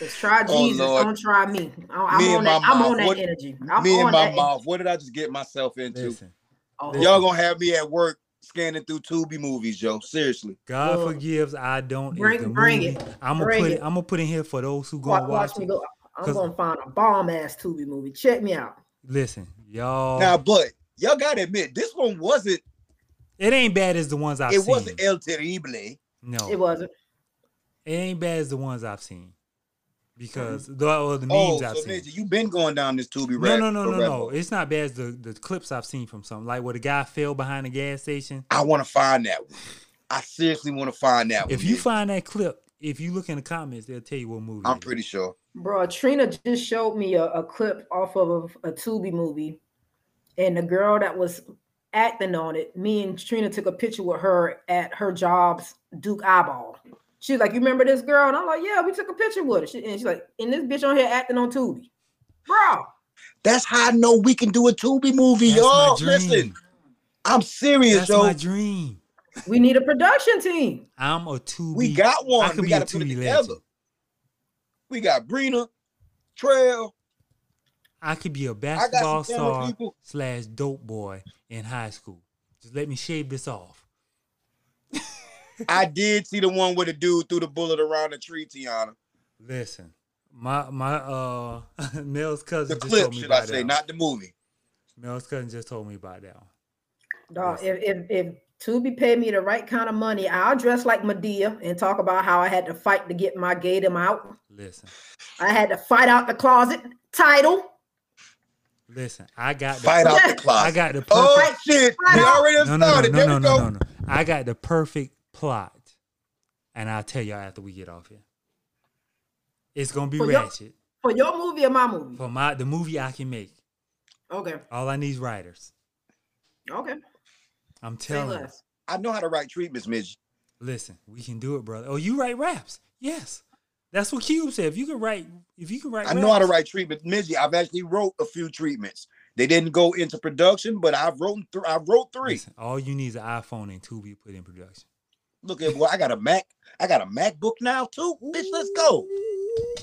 Speaker 1: Let's try
Speaker 2: Oh,
Speaker 1: Jesus,
Speaker 2: Lord.
Speaker 1: don't try me. I- I'm,
Speaker 2: Me
Speaker 1: on
Speaker 2: and
Speaker 1: that,
Speaker 2: my
Speaker 1: I'm on
Speaker 2: mouth.
Speaker 1: that
Speaker 2: What-
Speaker 1: energy. I'm
Speaker 2: me
Speaker 1: on
Speaker 2: and my
Speaker 1: that Oh,
Speaker 2: mouth. What did I just get myself into?
Speaker 3: Listen,
Speaker 1: en-
Speaker 2: Y'all gonna have me at work scanning through Tubi movies, yo. Seriously.
Speaker 3: God
Speaker 1: Well,
Speaker 3: forgives I don't.
Speaker 1: bring- bring it.
Speaker 3: I'm gonna
Speaker 1: Bring
Speaker 3: put it.
Speaker 1: it.
Speaker 3: I'm gonna put in here for those who
Speaker 1: Wa-
Speaker 3: gonna watch,
Speaker 1: watch me
Speaker 3: it.
Speaker 1: go. I'm
Speaker 3: 'Cause-
Speaker 1: gonna find a bomb ass Tubi movie. Check me out.
Speaker 3: Listen, y'all.
Speaker 2: Now, but y'all gotta admit, this one wasn't
Speaker 3: it ain't bad as the ones I've
Speaker 2: it
Speaker 3: seen.
Speaker 2: wasn't e- El Terrible.
Speaker 3: no,
Speaker 1: It
Speaker 3: it,
Speaker 1: wasn't.
Speaker 3: ain't bad as the ones I've seen because the, or the
Speaker 2: Oh,
Speaker 3: memes I've
Speaker 2: so
Speaker 3: seen.
Speaker 2: Ninja, you been going down this Tubi
Speaker 3: No,
Speaker 2: rabbit-
Speaker 3: no, no, no,
Speaker 2: rabbit
Speaker 3: no.
Speaker 2: hole.
Speaker 3: It's not bad as the, the clips I've seen from something like where the guy fell behind the gas station.
Speaker 2: I wanna find that one. I seriously wanna find that one.
Speaker 3: If you
Speaker 2: Ninja.
Speaker 3: find that clip, if you look in the comments, they'll tell you what movie.
Speaker 2: I'm
Speaker 3: it is.
Speaker 2: pretty sure.
Speaker 1: Bro, Trina just showed me a, a clip off of a, Tubi movie, and the girl that was acting on it, me and Trina took a picture with her at her job's Duke Eyeball. She's like, "You remember this girl?" And I'm like, "Yeah, we took a picture with her." She, and she's like, "And this bitch on here acting on Tubi, bro."
Speaker 2: That's how I know we can do a Tubi movie,
Speaker 3: That's my
Speaker 2: y'all.
Speaker 3: dream.
Speaker 2: Listen, I'm serious,
Speaker 3: That's my
Speaker 2: yo.
Speaker 3: dream.
Speaker 1: We need a production team.
Speaker 3: I'm a two.
Speaker 2: We got
Speaker 3: I
Speaker 2: one.
Speaker 3: could
Speaker 2: We
Speaker 3: be a
Speaker 2: got to put it
Speaker 3: Tubi
Speaker 2: together.
Speaker 3: legend.
Speaker 2: We got Brina, Trail.
Speaker 3: I could be a
Speaker 2: I
Speaker 3: basketball
Speaker 2: got some
Speaker 3: star
Speaker 2: camera people.
Speaker 3: slash dope boy in high school. Just let me shave this off.
Speaker 2: I did see the one with the dude threw the bullet around the tree, Tiana.
Speaker 3: Listen, My my uh Mel's
Speaker 2: The
Speaker 3: cousin just
Speaker 2: clip,
Speaker 3: told me
Speaker 2: should
Speaker 3: about
Speaker 2: I
Speaker 3: that.
Speaker 2: say,
Speaker 3: one.
Speaker 2: not the movie.
Speaker 3: Mel's cousin just told me about that. one.
Speaker 1: Dog, if, if if Tubi paid me the right kind of money, I'll dress like Medea and talk about how I had to fight to get my gaydom out.
Speaker 3: Listen,
Speaker 1: I had to fight out the closet title.
Speaker 3: listen, I got the,
Speaker 2: Fight out the closet.
Speaker 3: I got the perfect
Speaker 2: oh shit! We already
Speaker 3: no, no, no,
Speaker 2: started.
Speaker 3: no, no,
Speaker 2: there we
Speaker 3: no,
Speaker 2: go.
Speaker 3: no, no. I got the perfect plot, and I'll tell y'all after we get off here. It's gonna be
Speaker 1: For your-
Speaker 3: ratchet
Speaker 1: For your movie or my movie?
Speaker 3: for my the movie I can make.
Speaker 1: Okay.
Speaker 3: All I need is writers.
Speaker 1: Okay.
Speaker 3: I'm
Speaker 1: Say
Speaker 3: telling you.
Speaker 1: less.
Speaker 2: I know how to write treatments, Midge.
Speaker 3: Listen, we can do it, brother. Oh, you write raps? Yes, that's what Cube said. If you can write, if you can write,
Speaker 2: I know how to
Speaker 3: raps-
Speaker 2: write treatments, Midge. I've actually wrote a few treatments. They didn't go into production, but I've wrote three. I wrote three.
Speaker 3: Listen, all you need is an iPhone and Tubi put in production.
Speaker 2: Look at boy, I got a Mac. I got a MacBook now too. Bitch, let's go.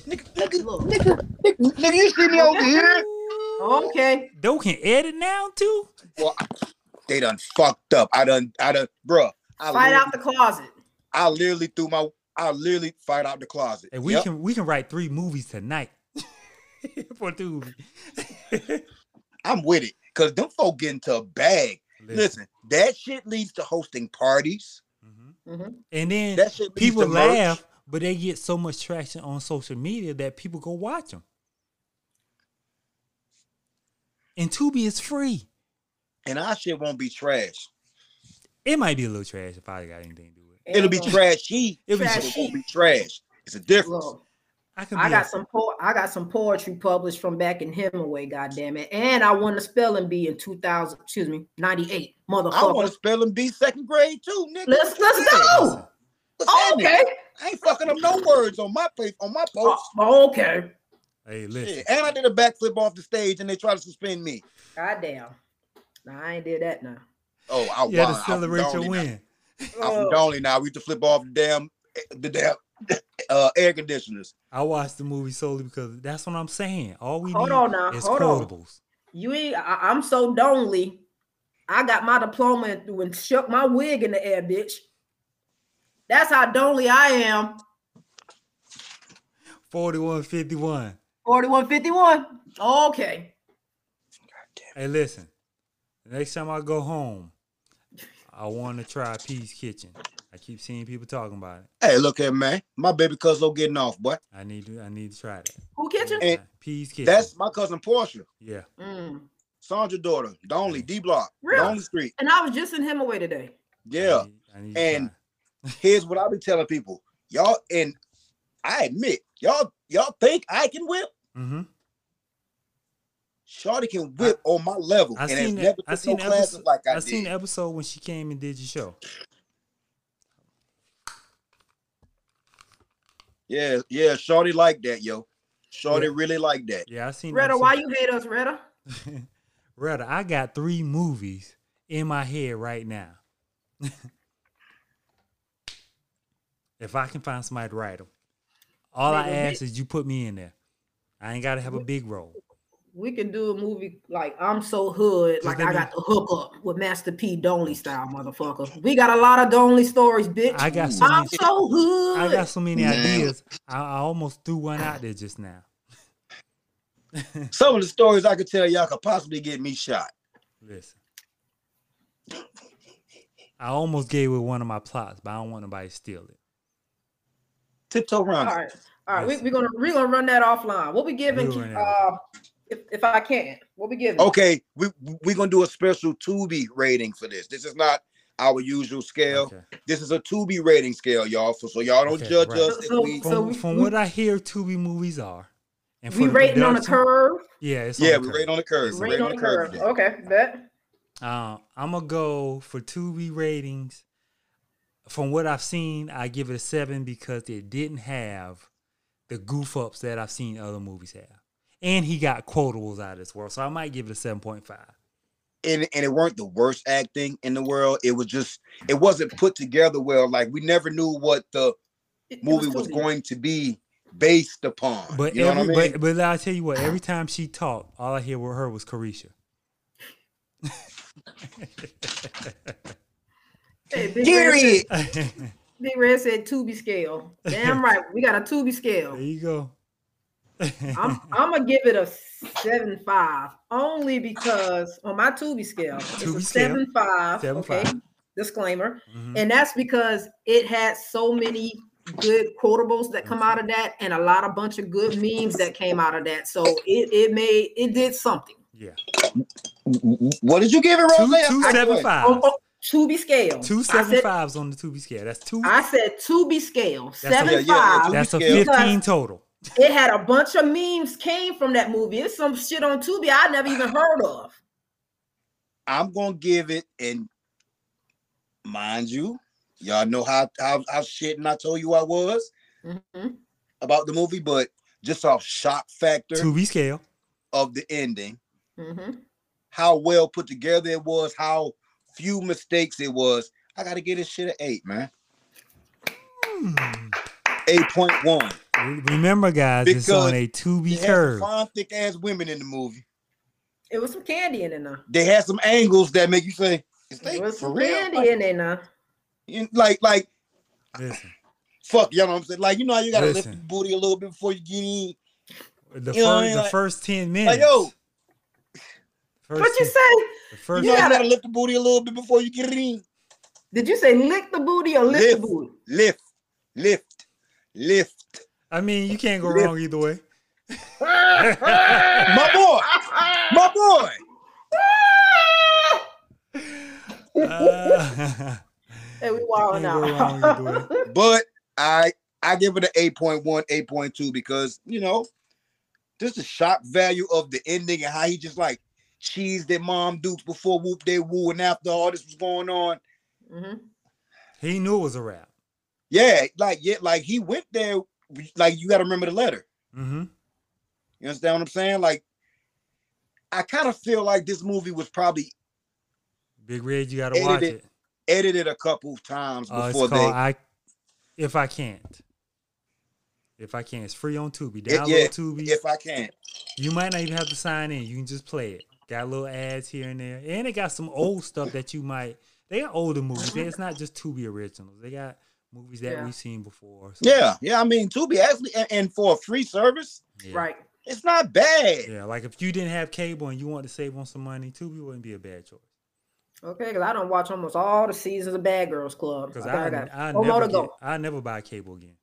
Speaker 2: Nigga, nigga,
Speaker 1: Look.
Speaker 2: nigga, nigga, nigga, you see me over here?
Speaker 1: Okay.
Speaker 3: Though can edit now too.
Speaker 2: Well, I- they done fucked up. I done, I done, bruh. I
Speaker 1: Fight
Speaker 2: literally,
Speaker 1: out the closet.
Speaker 2: I literally threw my, I literally fight out the closet.
Speaker 3: And we
Speaker 2: Yep.
Speaker 3: can we can write three movies tonight for Tubi.
Speaker 2: I'm with it. Cause them folk get into a bag. Listen, that shit leads to hosting parties.
Speaker 3: Mhm.
Speaker 1: Mhm.
Speaker 3: And then
Speaker 2: That shit leads
Speaker 3: people
Speaker 2: to merch.
Speaker 3: laugh, but they get so much traction on social media that people go watch them. And Tubi is free.
Speaker 2: And our shit won't be trash.
Speaker 3: It might be a little trash if I got anything to do with it.
Speaker 2: It'll be
Speaker 1: Look,
Speaker 2: trashy.
Speaker 3: It'll be
Speaker 2: but It
Speaker 1: Trashy.
Speaker 2: won't be trash. It's a difference.
Speaker 1: Look,
Speaker 3: I can be
Speaker 1: I
Speaker 3: a-
Speaker 1: got some po- I got some poetry published from back in Hemingway, goddamn it. And I won the spelling bee in 2000, excuse me, 98.
Speaker 2: I want
Speaker 1: Motherfucker.
Speaker 2: to spell and be second grade too, nigga.
Speaker 1: Let's
Speaker 2: What you
Speaker 1: let's
Speaker 2: saying?
Speaker 1: go.
Speaker 2: What's
Speaker 1: Oh,
Speaker 2: happening?
Speaker 1: okay.
Speaker 2: I ain't fucking up no words on my page, on my post.
Speaker 1: Oh, okay.
Speaker 3: Hey,
Speaker 2: Shit.
Speaker 3: listen.
Speaker 2: And I did a backflip off the stage, and they tried to suspend me.
Speaker 1: Goddamn. Nah, I ain't did that now.
Speaker 2: Oh, I
Speaker 3: You had
Speaker 2: wow,
Speaker 3: to celebrate
Speaker 2: I'm
Speaker 3: your
Speaker 2: Donnie
Speaker 3: win.
Speaker 2: Now. I'm
Speaker 1: Oh.
Speaker 2: from Donnie now. We used to flip off the damn, the damn uh, air conditioners.
Speaker 3: I watched the movie solely because that's what I'm saying. All we
Speaker 1: Hold
Speaker 3: need
Speaker 1: on now,
Speaker 3: is
Speaker 1: hold on.
Speaker 3: quotables.
Speaker 1: You ain't. I, I'm so lonely. I got my diploma and threw- and shook my wig in the air, bitch. That's how lonely I am.
Speaker 3: 4151.
Speaker 1: 4151. Okay.
Speaker 3: Hey, listen. Next time I go home, I want to try Peace Kitchen. I keep seeing people talking about it.
Speaker 2: Hey, look here, man. My baby cousin getting off, boy.
Speaker 3: I need to. I need to try that.
Speaker 1: Who kitchen?
Speaker 2: And
Speaker 3: Peace Kitchen.
Speaker 2: That's my cousin Portia,
Speaker 3: yeah.
Speaker 1: Mm.
Speaker 2: Sandra daughter, Donley, D Block,
Speaker 1: Really?
Speaker 2: Donley Street.
Speaker 1: And I was just in Hemingway today.
Speaker 2: Yeah.
Speaker 3: I need, I need
Speaker 2: And-
Speaker 3: to
Speaker 2: Here's what I be telling people, y'all, and I admit, y'all, y'all think I can whip.
Speaker 3: try. hmm
Speaker 2: Shorty can whip on my level,
Speaker 3: I
Speaker 2: and
Speaker 3: seen
Speaker 2: has
Speaker 3: that-
Speaker 2: never
Speaker 3: I
Speaker 2: took
Speaker 3: seen
Speaker 2: no
Speaker 3: the
Speaker 2: classes
Speaker 3: episode-
Speaker 2: like I,
Speaker 3: I
Speaker 2: did.
Speaker 3: seen the episode when she came and did your show.
Speaker 2: Yeah, yeah, Shorty like that, yo. Shorty
Speaker 3: Yeah.
Speaker 2: really like that.
Speaker 3: Yeah, I seen. the
Speaker 1: Retta, why
Speaker 3: episode.
Speaker 1: you hate us, Retta?
Speaker 3: Retta, I got three movies in my head right now. if I can find somebody to write them, all I
Speaker 1: Nigga, we-
Speaker 3: ask is you put me in there. I ain't gotta have a big role.
Speaker 1: We can do a movie like I'm so hood, like
Speaker 3: let
Speaker 1: I
Speaker 3: me-
Speaker 1: got the hook up with Master P Donley style, motherfucker. We got a lot of Donley stories, bitch.
Speaker 3: I got so
Speaker 1: I'm
Speaker 3: many.
Speaker 1: so hood.
Speaker 3: I got so many
Speaker 2: Nah.
Speaker 3: ideas. I, I almost threw one out there just now.
Speaker 2: Some of the stories I could tell y'all could possibly get me shot.
Speaker 3: Listen. I almost gave away one of my plots, but I don't want nobody to steal it.
Speaker 2: Tiptoe around.
Speaker 1: All
Speaker 2: it.
Speaker 1: right. All right.
Speaker 3: Yes.
Speaker 1: We, we're gonna we're gonna run that offline. What we giving?
Speaker 3: We'll run that
Speaker 1: Uh, if, if I can, what we giving?
Speaker 2: Okay, we we're gonna do a special Tubi rating for this. This is not our usual scale.
Speaker 3: Okay.
Speaker 2: This is a Tubi rating scale, y'all. So, so y'all don't
Speaker 3: Okay,
Speaker 2: judge
Speaker 3: right.
Speaker 2: us. if
Speaker 1: So-
Speaker 2: we,
Speaker 3: From,
Speaker 1: we-
Speaker 3: from
Speaker 1: we-
Speaker 3: what I hear, Tubi movies are. And
Speaker 1: We
Speaker 3: the
Speaker 1: rating on a
Speaker 3: production-
Speaker 1: curve.
Speaker 3: Yeah, it's
Speaker 2: yeah,
Speaker 3: on
Speaker 2: we
Speaker 3: the
Speaker 2: rate on the curve. We rate on the curve. today.
Speaker 1: Okay, bet.
Speaker 3: Um, I'm gonna go for Tubi ratings. From what I've seen, I give it a seven because it didn't have the goof ups that I've seen other movies have, and he got quotables out of this world. So I might give it a seven point five.
Speaker 2: And and it weren't the worst acting in the world. It was just it wasn't put together well. Like we never knew what the
Speaker 1: It- it
Speaker 2: movie was
Speaker 1: Tubi.
Speaker 2: going to be based upon.
Speaker 3: But
Speaker 2: you know
Speaker 3: every
Speaker 2: what I mean?
Speaker 3: but, but I'll tell you what, every time she talked, all I hear with her was Carisha.
Speaker 1: Hey, Big Red said-
Speaker 2: Period.
Speaker 3: there
Speaker 1: Big Red said Tubi scale. Damn right, we got a Tubi scale.
Speaker 3: you go.
Speaker 1: I'm I'm gonna give it a seven five only because on my Tubi scale it's
Speaker 3: Tubi
Speaker 1: a
Speaker 3: scale.
Speaker 1: seven five.
Speaker 3: Seven
Speaker 1: okay,
Speaker 3: five.
Speaker 1: disclaimer,
Speaker 3: Mhm.
Speaker 1: and that's because it had so many good quotables that come out of that, and a lot of bunch of good memes that came out of that. So it it made it did something.
Speaker 3: Yeah.
Speaker 2: What did you give it,
Speaker 3: Two
Speaker 2: Rose?
Speaker 3: two seven fives.
Speaker 1: On, on Tubi scale,
Speaker 3: Two
Speaker 1: Oh, I
Speaker 3: seven
Speaker 1: said,
Speaker 3: fives on the Tubi scale. That's two.
Speaker 1: I said Tubi scale
Speaker 3: That's a-
Speaker 1: seven
Speaker 2: Yeah, yeah, yeah,
Speaker 1: five.
Speaker 2: Tubi
Speaker 3: That's a
Speaker 2: scale.
Speaker 3: fifteen total.
Speaker 1: It had a bunch of memes came from that movie. It's some shit on Tubi I never even heard of.
Speaker 2: I'm gonna give it, and mind you, y'all know how how how shitting I told you I was
Speaker 1: Mhm.
Speaker 2: about the movie, but just off shock factor
Speaker 3: Tubi scale.
Speaker 2: of the ending,
Speaker 1: Mhm.
Speaker 2: how well put together it was, how few mistakes it was. I gotta give this shit an eight, man.
Speaker 3: Hmm.
Speaker 2: Eight point one.
Speaker 3: Re- Remember, guys, it's
Speaker 2: Because
Speaker 3: on a Tubi
Speaker 2: They had
Speaker 3: curve.
Speaker 2: some fine, thick ass women in the movie.
Speaker 1: It was some candy in it now.
Speaker 2: They had some angles that make you say, "Is they
Speaker 1: It was
Speaker 2: for
Speaker 1: some
Speaker 2: real?"
Speaker 1: candy in it now.
Speaker 2: You- Like, like,
Speaker 3: Listen,
Speaker 2: fuck, you know what I'm saying? Like, you know how you gotta lift
Speaker 3: Listen.
Speaker 2: your booty a little bit before you get in.
Speaker 3: the
Speaker 2: You know what I
Speaker 3: first
Speaker 2: mean?
Speaker 3: the
Speaker 2: Like-
Speaker 3: first ten minutes.
Speaker 2: Like, yo,
Speaker 3: First
Speaker 1: What you
Speaker 3: 10
Speaker 1: say?
Speaker 3: the first
Speaker 2: You know, you
Speaker 1: gotta-
Speaker 2: gotta lift the booty a little bit before you get it in.
Speaker 1: Did you say lick the booty or lick the
Speaker 2: Lift.
Speaker 1: booty?
Speaker 2: Lift, lift, lift.
Speaker 3: I mean, you can't go
Speaker 2: Lift.
Speaker 3: wrong either way.
Speaker 2: My boy, my boy.
Speaker 3: Uh,
Speaker 1: Hey, we
Speaker 3: can't
Speaker 1: wilding
Speaker 3: go
Speaker 1: out.
Speaker 3: wrong either way.
Speaker 2: But I I give it an 8.1, 8.2 because you know, just the shock value of the ending and how he just like cheesed that mom dukes before whoop they woo and after all this was going on.
Speaker 1: Mhm.
Speaker 3: he knew it was a rap.
Speaker 2: Yeah, like yeah, like he went there. Like you gotta remember the letter.
Speaker 3: Mm-hmm.
Speaker 2: You understand what I'm saying? Like I kind of feel like this movie was probably
Speaker 3: Big Red, you got to
Speaker 2: Edited
Speaker 3: watch
Speaker 2: it
Speaker 3: it.
Speaker 2: edited a couple times
Speaker 3: Uh, it's
Speaker 2: before
Speaker 3: called
Speaker 2: they
Speaker 3: I. If I can't. If I can, it's free on Tubi.
Speaker 2: Yeah,
Speaker 3: Download
Speaker 2: yeah,
Speaker 3: Tubi.
Speaker 2: if I can.
Speaker 3: You might not even have to sign in. You can just play it. Got little ads here and there, and they got some old stuff that you might. They are older movies. They- It's not just Tubi originals. They got movies that
Speaker 1: Yeah.
Speaker 3: we've seen before. so-
Speaker 2: Yeah, yeah. I mean, Tubi actually, and, and for a free service,
Speaker 3: yeah,
Speaker 1: Right.
Speaker 2: it's not bad.
Speaker 3: Yeah, like if you didn't have cable and you wanted to save on some money, Tubi wouldn't be a bad choice.
Speaker 1: Okay, because I don't watch almost all the seasons of Bad Girls Club.
Speaker 3: Because
Speaker 1: I, think I
Speaker 3: I,
Speaker 1: got
Speaker 3: I,
Speaker 1: four more
Speaker 3: never
Speaker 1: to
Speaker 3: get,
Speaker 1: go.
Speaker 3: I never buy cable again.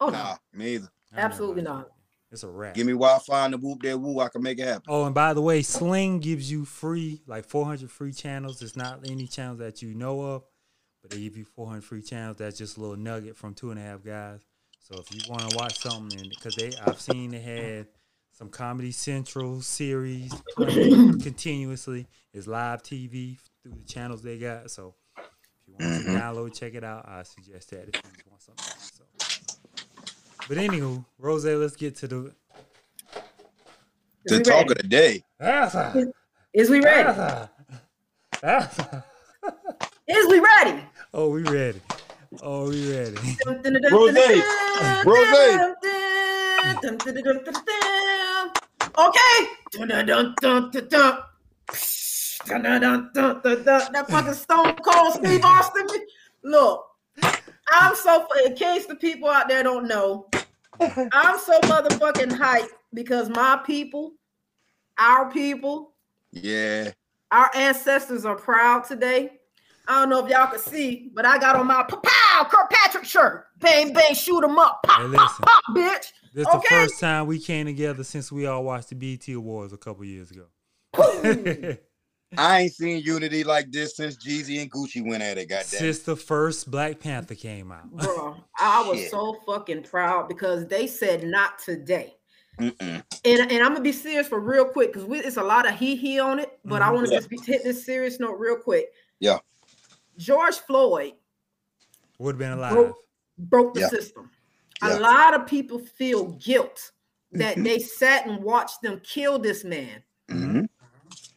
Speaker 1: Oh no.
Speaker 2: Nah, me either.
Speaker 3: I never
Speaker 1: Absolutely
Speaker 3: buy
Speaker 1: not.
Speaker 3: cable. It's a wrap.
Speaker 2: Give me Wi-Fi and the whoop that woo. I can make it happen.
Speaker 3: Oh, and by the way, Sling gives you free, like 400 free channels. It's not any channels that you know of, but they give you 400 free channels. That's just a little nugget from Two and a Half Guys. So if you want to watch something, because they, I've seen they had some Comedy Central series playing continuously. It's live TV through the channels they got. So if you want to download, check it out. I suggest that if you just want something. else, So. But anywho, Rose, let's get to the.
Speaker 1: Is we ready?
Speaker 2: the day.
Speaker 3: Ah,
Speaker 1: Is we ready? Is we ready?
Speaker 3: Oh, we ready. Oh, we ready.
Speaker 2: Rose. Rose.
Speaker 1: Okay. Dun-dun-dun-dun-dun-dun. Psh, dun-dun-dun-dun-dun-dun. That fucking Stone Cold Steve Austin. Look, I'm so in case the people out there don't know, I'm so motherfucking hyped because my people, our people,
Speaker 2: Yeah,
Speaker 1: our ancestors are proud today. I don't know if y'all can see, but I got on my pow Kirkpatrick shirt. Bang bang, shoot 'em up, pop
Speaker 3: Hey,
Speaker 1: pop
Speaker 3: listen.
Speaker 1: pop, bitch.
Speaker 3: This is the
Speaker 1: Okay.
Speaker 3: first time we came together since we all watched the BT Awards a couple years ago.
Speaker 2: I ain't seen unity like this since Jeezy and Gucci went at it. Goddamn.
Speaker 3: since the first Black Panther came out.
Speaker 1: Bro, I was
Speaker 2: Shit.
Speaker 1: so fucking proud because they said not today.
Speaker 2: Mm-mm.
Speaker 1: And, and I'm gonna be serious for real quick because it's a lot of he he on it, but I
Speaker 3: Mhm.
Speaker 1: want to
Speaker 2: Mm-hmm. Yeah.
Speaker 1: just be, hit this serious note real quick.
Speaker 2: Yeah.
Speaker 1: George Floyd
Speaker 3: Would have been alive.
Speaker 1: Bro- broke the
Speaker 2: Yeah.
Speaker 1: system.
Speaker 2: Yeah. Mm-hmm.
Speaker 1: A lot of people feel guilt that they sat and watched them kill this man
Speaker 3: Mm-hmm.
Speaker 2: Mhm.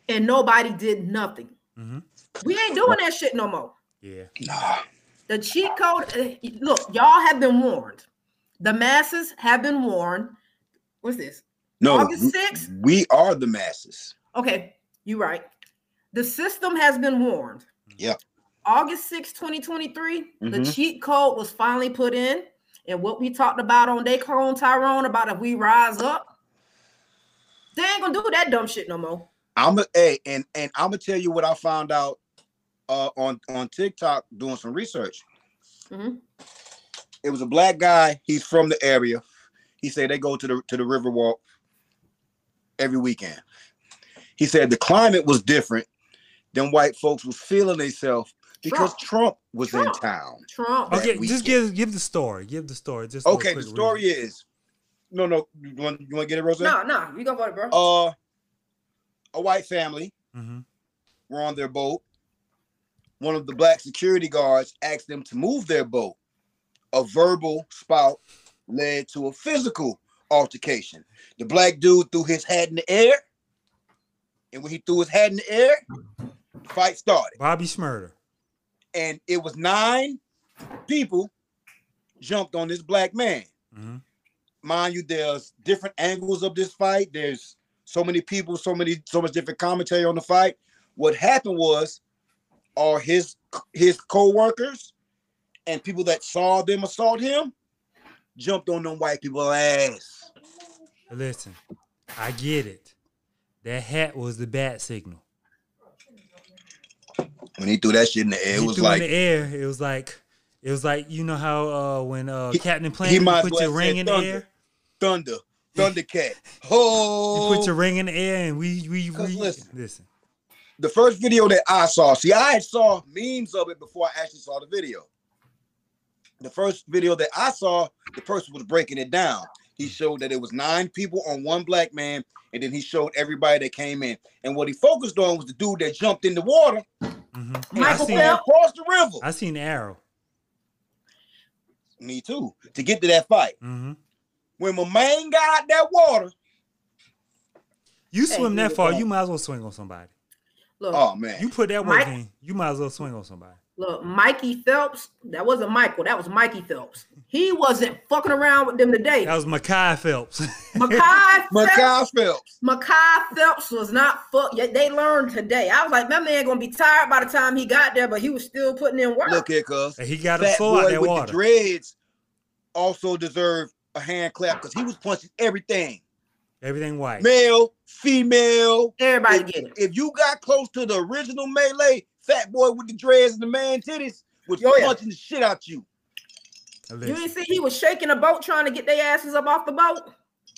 Speaker 1: and nobody did nothing.
Speaker 3: hmm
Speaker 1: We ain't doing that shit no more.
Speaker 3: Yeah.
Speaker 2: Nah.
Speaker 1: The cheat code, eh, look, y'all have been warned. The masses have been warned. What's this?
Speaker 2: No.
Speaker 1: August
Speaker 2: we-
Speaker 1: 6th?
Speaker 2: We are the masses.
Speaker 1: Okay, you right. The system has been warned.
Speaker 2: Yeah.
Speaker 1: August 6, 2023, the
Speaker 2: Mhm.
Speaker 1: cheat code was finally put in. and what we talked about on They Clone Tyrone about if we rise up, they ain't gonna do that dumb shit no more.
Speaker 2: I'm a hey, and and I'm gonna tell you what I found out uh, on on TikTok doing some research.
Speaker 1: Mhm.
Speaker 2: It was a black guy. He's from the area. He said they go to the to the Riverwalk every weekend. He said the climate was different than white folks was feeling themselves because Trump was
Speaker 1: Trump.
Speaker 2: in town.
Speaker 1: Trump.
Speaker 2: that
Speaker 3: Okay, just
Speaker 2: weekend.
Speaker 3: give give the story. Give the story. Just a little
Speaker 2: Okay, the
Speaker 3: quick
Speaker 2: story
Speaker 3: read.
Speaker 2: is no, no. You want you want to get it, Rose?
Speaker 1: No, no, you go for it, bro.
Speaker 2: Uh, a white family
Speaker 3: Mhm.
Speaker 2: were on their boat. One of the black security guards asked them to move their boat. A verbal spout led to a physical altercation. The black dude threw his hat in the air, and when he threw his hat in the air, the fight started.
Speaker 3: Bobby Smurder.
Speaker 2: And it was nine people jumped on this black man.
Speaker 3: hmm
Speaker 2: mind you, there's different angles of this fight. There's so many people, so many, so much different commentary on the fight. What happened was, are his his co-workers and people that saw them assault him jumped on them white people ass.
Speaker 3: Listen, I get it. That hat was the bat signal.
Speaker 2: When he threw that shit in the air, it
Speaker 3: he
Speaker 2: was
Speaker 3: threw
Speaker 2: like
Speaker 3: in the air. It was like it was like you know how uh when uh
Speaker 2: He-
Speaker 3: Captain
Speaker 2: he
Speaker 3: Planet
Speaker 2: might as
Speaker 3: put
Speaker 2: well
Speaker 3: your
Speaker 2: have
Speaker 3: ring
Speaker 2: said
Speaker 3: in the
Speaker 2: thunder.
Speaker 3: air.
Speaker 2: thunder, thundercat.
Speaker 3: You
Speaker 2: Oh,
Speaker 3: put your ring in the air and we we,
Speaker 2: Cause
Speaker 3: we
Speaker 2: listen.
Speaker 3: listen.
Speaker 2: the first video that I saw, see, I had saw memes of it before I actually saw the video. The first video that I saw, the person was breaking it down. He showed that it was nine people on one black man, and then he showed everybody that came in. And what he focused on was the dude that jumped in the water
Speaker 3: hmm I
Speaker 1: Michael
Speaker 2: and
Speaker 3: seen
Speaker 1: Phelps.
Speaker 2: across the river.
Speaker 3: I seen Arrow.
Speaker 2: Me too. To get to that fight,
Speaker 3: hmm
Speaker 2: when my man got out that water,
Speaker 3: You
Speaker 1: Hey,
Speaker 3: swim
Speaker 1: he
Speaker 3: that
Speaker 1: was
Speaker 3: far,
Speaker 1: like-
Speaker 3: you might as well swing on somebody.
Speaker 1: Look,
Speaker 2: oh man,
Speaker 3: You put that work
Speaker 1: Mike-
Speaker 3: in, you might as well swing on somebody.
Speaker 1: look, Mikey Phelps. That wasn't Michael. That was Mikey Phelps. He wasn't fucking around with them today.
Speaker 3: That was Makai Phelps.
Speaker 1: Makai Phelps.
Speaker 2: Makai Phelps.
Speaker 1: Makai Phelps was not fuck. yeah, They learned today. I was like, my man gonna be tired by the time he got there, but he was still putting in work.
Speaker 2: Look here, cuz.
Speaker 3: And he got him
Speaker 2: Fat
Speaker 3: slow out
Speaker 2: boy
Speaker 3: that
Speaker 2: with
Speaker 3: water.
Speaker 2: the dreads also deserved a hand clap because he was punching everything.
Speaker 3: Everything white.
Speaker 2: Male, female.
Speaker 1: Everybody
Speaker 2: If,
Speaker 1: get it.
Speaker 2: if you got close to the original melee, fat boy with the dreads and the man titties was
Speaker 1: Oh, yeah.
Speaker 2: punching the shit out you.
Speaker 1: You
Speaker 3: Listen,
Speaker 1: didn't see he was shaking a boat trying to get their asses up off the boat.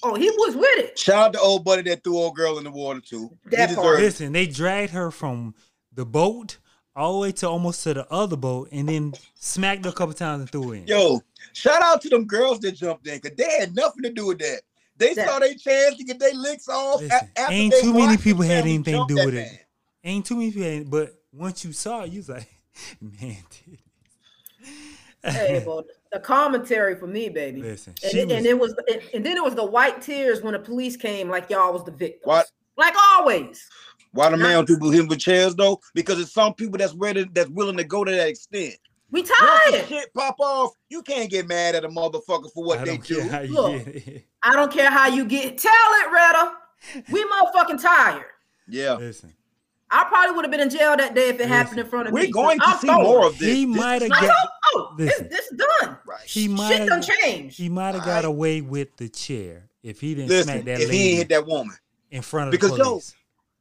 Speaker 1: Oh, he was with it.
Speaker 2: Shout out to old buddy that threw old girl in the water too.
Speaker 1: That
Speaker 2: he
Speaker 1: part.
Speaker 2: deserved it.
Speaker 3: listen, they dragged her from the boat all the way to almost to the other boat and then smacked her a couple times and threw her in.
Speaker 2: Yo, shout out to them girls that jumped in because they had nothing to do with that. They
Speaker 1: That-
Speaker 2: saw their chance to get their licks off. Oh, a-
Speaker 3: Listen,
Speaker 2: after
Speaker 3: ain't
Speaker 2: they
Speaker 3: too many
Speaker 2: watched the
Speaker 3: people had
Speaker 2: family
Speaker 3: anything to
Speaker 2: jump
Speaker 3: do
Speaker 2: that
Speaker 3: with it.
Speaker 2: man.
Speaker 3: Ain't too many people, but once you saw it, you was like, man, dude.
Speaker 1: Hey, well, the commentary for me, baby.
Speaker 3: listen,
Speaker 1: and,
Speaker 3: she
Speaker 1: it-
Speaker 3: was,
Speaker 1: and it was, and, and then it was the white tears when the police came, like y'all was the victims.
Speaker 2: What?
Speaker 1: Like always.
Speaker 2: Why the
Speaker 1: Not-
Speaker 2: man people hit with chairs though? Because it's some people that's ready that's willing to go to that extent.
Speaker 1: We
Speaker 2: Once the
Speaker 1: tired.
Speaker 2: shit pop off, you can't get mad at a motherfucker for what
Speaker 3: I
Speaker 2: they
Speaker 3: don't care
Speaker 2: do.
Speaker 3: how you
Speaker 1: Look.
Speaker 3: get it.
Speaker 1: I don't care how you get. Tell it, Retta. We motherfucking tired.
Speaker 2: Yeah.
Speaker 3: Listen,
Speaker 1: I probably would have been in jail that day if it happened in front of me.
Speaker 2: We're
Speaker 1: so
Speaker 2: going to
Speaker 1: I'm
Speaker 2: see
Speaker 1: sorry.
Speaker 2: more of this.
Speaker 3: he
Speaker 2: This
Speaker 3: might
Speaker 2: is
Speaker 3: have
Speaker 1: I
Speaker 3: got,
Speaker 1: told, oh, this,
Speaker 3: Listen.
Speaker 1: this done.
Speaker 2: right.
Speaker 3: he
Speaker 1: Shit
Speaker 3: might
Speaker 1: done
Speaker 3: have,
Speaker 1: changed.
Speaker 3: he might have got away with the chair if he didn't
Speaker 2: Listen,
Speaker 3: smack that
Speaker 2: if he
Speaker 3: lady
Speaker 2: ain't hit that woman,
Speaker 3: in front of
Speaker 2: Because,
Speaker 3: the
Speaker 2: yo,
Speaker 3: police.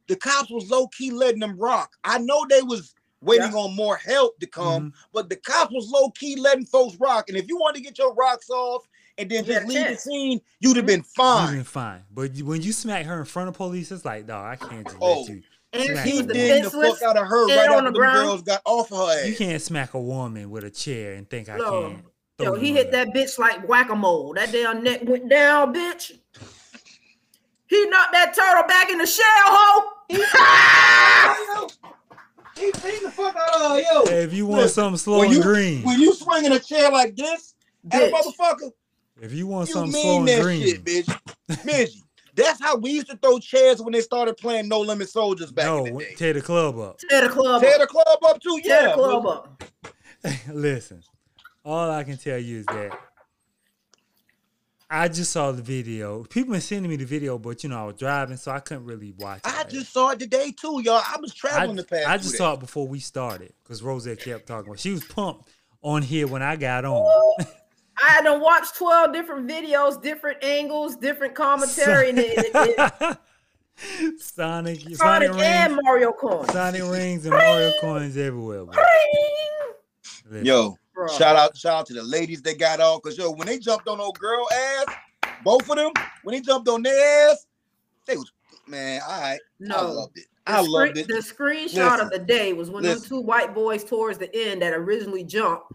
Speaker 2: the cops was low key letting them rock. I know they was waiting
Speaker 1: Yeah.
Speaker 2: on more help to come,
Speaker 3: Mhm.
Speaker 2: but the cops was low key letting folks rock. And if you wanted to get your rocks off and then
Speaker 1: You
Speaker 2: just
Speaker 1: had a
Speaker 2: leave the
Speaker 1: chance. Mm-hmm.
Speaker 2: scene, you'd have been
Speaker 3: You've
Speaker 2: fine.
Speaker 3: been fine, but you, when you smack her in front of police, it's like, no, I can't just
Speaker 2: Oh.
Speaker 3: let you.
Speaker 1: And
Speaker 3: Smack
Speaker 1: she
Speaker 2: He
Speaker 1: was
Speaker 3: the
Speaker 2: did the
Speaker 1: defenseless.
Speaker 2: fuck out of her
Speaker 1: head
Speaker 2: right
Speaker 1: on
Speaker 2: after
Speaker 1: the
Speaker 2: the
Speaker 1: ground.
Speaker 2: girls got off of her ass.
Speaker 3: You can't smack a woman with a chair and think I
Speaker 1: Yo,
Speaker 3: can't. throw
Speaker 1: yo,
Speaker 3: you
Speaker 1: he
Speaker 3: on
Speaker 1: hit
Speaker 3: her.
Speaker 1: that bitch like whack a mole. That damn neck went down, bitch. He knocked that turtle back in the shell hole.
Speaker 2: He beat the fuck out of her, yo.
Speaker 3: Hey, if you want
Speaker 2: Listen,
Speaker 3: something slow
Speaker 2: when
Speaker 3: and
Speaker 2: you-
Speaker 3: green,
Speaker 2: When you swinging a chair like this at a
Speaker 1: Bitch.
Speaker 2: motherfucker,
Speaker 3: if you want
Speaker 2: you
Speaker 3: something
Speaker 2: mean
Speaker 3: slow and
Speaker 2: that
Speaker 3: green,
Speaker 2: shit, bitch. Midgie. That's how we used to throw chairs when they started playing No Limit Soldiers back
Speaker 3: no,
Speaker 2: in the day.
Speaker 3: tear the club up.
Speaker 1: Tear the club
Speaker 2: Tear
Speaker 1: up.
Speaker 2: the club up too,
Speaker 1: Tear
Speaker 2: yeah.
Speaker 1: the club up.
Speaker 3: Listen, all I can tell you is that I just saw the video. People been sending me the video, but you know I was driving, so I couldn't really watch. it
Speaker 2: I
Speaker 3: like
Speaker 2: just saw it today too, y'all. I was
Speaker 3: I,
Speaker 2: traveling the past.
Speaker 3: I
Speaker 2: two
Speaker 3: just
Speaker 2: days.
Speaker 3: saw it before we started because Rosette kept talking. about She was pumped on here when I got on.
Speaker 1: I don't watch 12 different videos, different angles, different commentary. and it, it, it,
Speaker 3: Sonic, Sonic,
Speaker 1: Sonic
Speaker 3: rings,
Speaker 1: and Mario coins.
Speaker 3: Sonic rings, and Mario coins everywhere. Bro. Listen,
Speaker 2: Yo,
Speaker 1: Bro.
Speaker 2: shout out, shout out to the ladies that got off. Cause yo, when they jumped on old girl ass, both of them, when they jumped on their ass, they was man, all right. I
Speaker 1: No.
Speaker 2: loved it.
Speaker 1: The
Speaker 2: I
Speaker 1: screen-
Speaker 2: loved it.
Speaker 1: The screenshot
Speaker 2: Listen.
Speaker 1: of the day was when those
Speaker 2: Listen.
Speaker 1: two white boys towards the end that originally jumped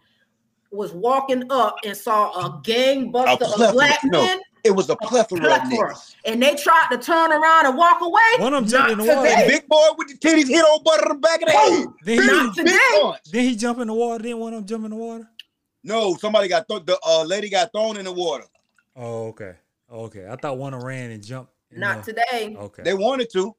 Speaker 1: was walking up and saw a gangbuster
Speaker 2: A
Speaker 1: of
Speaker 2: plethora-
Speaker 1: black
Speaker 2: no.
Speaker 1: men,
Speaker 2: It was a plethora of
Speaker 1: plethora.
Speaker 2: niggas.
Speaker 1: and they tried to turn around and walk away.
Speaker 3: One of
Speaker 1: Not
Speaker 3: them jumped in the water.
Speaker 1: today.
Speaker 3: Then
Speaker 2: Big boy with the titties hit old butt on the back of the head.
Speaker 3: he,
Speaker 1: Not
Speaker 3: ju-
Speaker 1: today.
Speaker 2: punch.
Speaker 3: then he jump in the water. Then one of them jump in the water.
Speaker 2: No, somebody got th- the uh, lady got thrown in the water.
Speaker 3: Oh, okay, okay. I thought one of 'em ran and jumped. in
Speaker 1: Not
Speaker 3: the-
Speaker 1: today.
Speaker 3: Okay.
Speaker 2: They wanted to.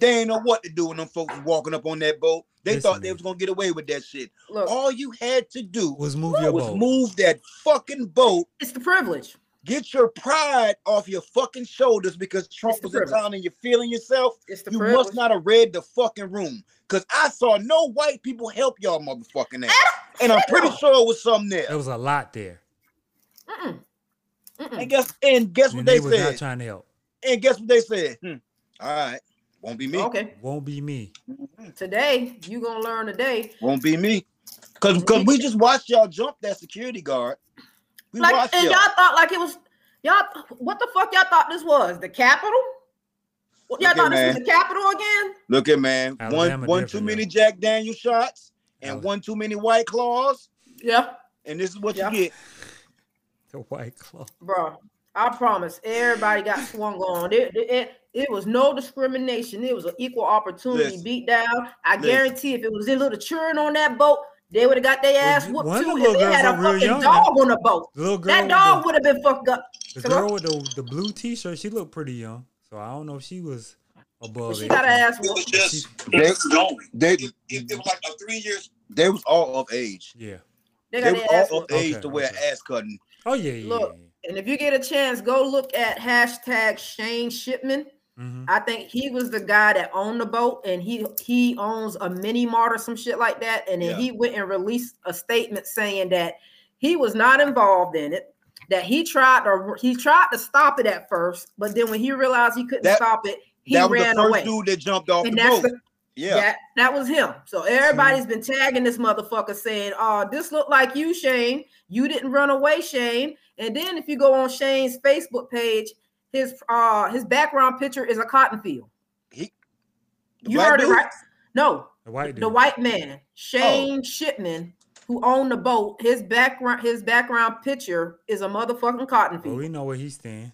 Speaker 2: They ain't know what to do when them folks was walking up on that boat. They
Speaker 3: Listen,
Speaker 2: thought they
Speaker 3: man.
Speaker 2: was gonna get away with that shit.
Speaker 1: Look,
Speaker 2: All you had to do
Speaker 3: was move your
Speaker 2: was
Speaker 3: boat.
Speaker 2: move that fucking boat
Speaker 1: it's the privilege.
Speaker 2: Get your pride off your fucking shoulders because Trump
Speaker 1: It's the
Speaker 2: was in
Speaker 1: privilege.
Speaker 2: town and you're feeling yourself.
Speaker 1: It's the
Speaker 2: You
Speaker 1: privilege.
Speaker 2: must not have read the fucking room because I saw no white people help y'all motherfucking ass.
Speaker 1: Ah,
Speaker 2: And I'm pretty sure it was some
Speaker 3: There
Speaker 2: there.
Speaker 3: was a lot there.
Speaker 1: Mm-mm. Mm-mm.
Speaker 2: And guess and guess what
Speaker 3: And
Speaker 2: they
Speaker 3: they was not
Speaker 2: said.
Speaker 3: trying to help.
Speaker 2: And guess what they said. Hmm. All right, won't be me.
Speaker 1: Okay,
Speaker 3: Won't be me.
Speaker 1: today you gonna learn today.
Speaker 2: Won't be me. Cause because we just watched y'all jump that security guard. We
Speaker 1: Like,
Speaker 2: watched
Speaker 1: and
Speaker 2: y'all.
Speaker 1: y'all thought like it was y'all. What the fuck y'all thought this was? The Capitol? What y'all
Speaker 2: Okay,
Speaker 1: thought this
Speaker 2: man.
Speaker 1: was the Capitol again?
Speaker 2: Look at man, one
Speaker 3: Alabama
Speaker 2: one too
Speaker 3: different,
Speaker 2: many
Speaker 3: though.
Speaker 2: Jack Daniel shots and
Speaker 3: Alabama.
Speaker 2: one too many white claws,
Speaker 1: Yeah.
Speaker 2: and this is what
Speaker 1: Yeah.
Speaker 2: you get.
Speaker 3: The white claw.
Speaker 1: bro. I promise, everybody got swung on. It, it, it- it was no discrimination. It was an equal opportunity
Speaker 2: Listen.
Speaker 1: beat down. I
Speaker 2: Listen.
Speaker 1: guarantee, if it was in little children on that boat, they would have got their ass
Speaker 3: you-
Speaker 1: whooped
Speaker 3: one of
Speaker 1: too.
Speaker 3: them
Speaker 1: And
Speaker 3: little
Speaker 1: they had
Speaker 3: girls
Speaker 1: a
Speaker 3: are real young
Speaker 1: fucking
Speaker 3: now.
Speaker 1: dog on the boat.
Speaker 3: The little girl.
Speaker 1: That
Speaker 3: with
Speaker 1: dog would have been fucked up.
Speaker 3: the, the
Speaker 1: Come on.
Speaker 3: girl with the, the blue T-shirt. She looked pretty young. So I don't know if she was above.
Speaker 1: But she got her
Speaker 3: 18.
Speaker 1: ass
Speaker 5: It was
Speaker 1: whooped.
Speaker 5: just
Speaker 2: Yeah.
Speaker 5: it was going.
Speaker 2: They
Speaker 5: It, it, it was like a three years.
Speaker 2: they was all of age.
Speaker 3: Yeah.
Speaker 1: They
Speaker 2: They
Speaker 1: got
Speaker 2: was
Speaker 1: their ass
Speaker 2: all of
Speaker 1: whooped.
Speaker 2: age
Speaker 3: Okay,
Speaker 2: to wear
Speaker 3: okay.
Speaker 2: ass cutting.
Speaker 3: Oh yeah. Yeah.
Speaker 1: Look. And if you get a chance, go look at hashtag Shane Shipman.
Speaker 3: Mm-hmm.
Speaker 1: I think he was the guy that owned the boat, and he he owns a mini mart or some shit like that. And then
Speaker 2: Yeah.
Speaker 1: he went and released a statement saying that he was not involved in it. That he tried to he tried to stop it at first, but then when he realized he couldn't
Speaker 2: That-
Speaker 1: stop it, he
Speaker 2: That was the
Speaker 1: ran
Speaker 2: first
Speaker 1: away.
Speaker 2: dude that jumped off
Speaker 1: And
Speaker 2: the
Speaker 1: that's
Speaker 2: boat.
Speaker 1: the,
Speaker 2: yeah.
Speaker 1: that that was him. So
Speaker 3: Mm-hmm.
Speaker 1: everybody's been tagging this motherfucker saying, "Oh, this looked like you, Shane. You didn't run away, Shane." And then if you go on Shane's Facebook page, his uh his background picture is a cotton field.
Speaker 2: The
Speaker 1: You
Speaker 2: black
Speaker 1: heard
Speaker 2: dude?
Speaker 1: it right. No,
Speaker 3: The white dude.
Speaker 1: the white man,
Speaker 3: Oh.
Speaker 1: Shane Shipman, who owned the boat, his background, his background picture is a motherfucking cotton
Speaker 3: Well,
Speaker 1: field.
Speaker 3: we know where Oh, he stand.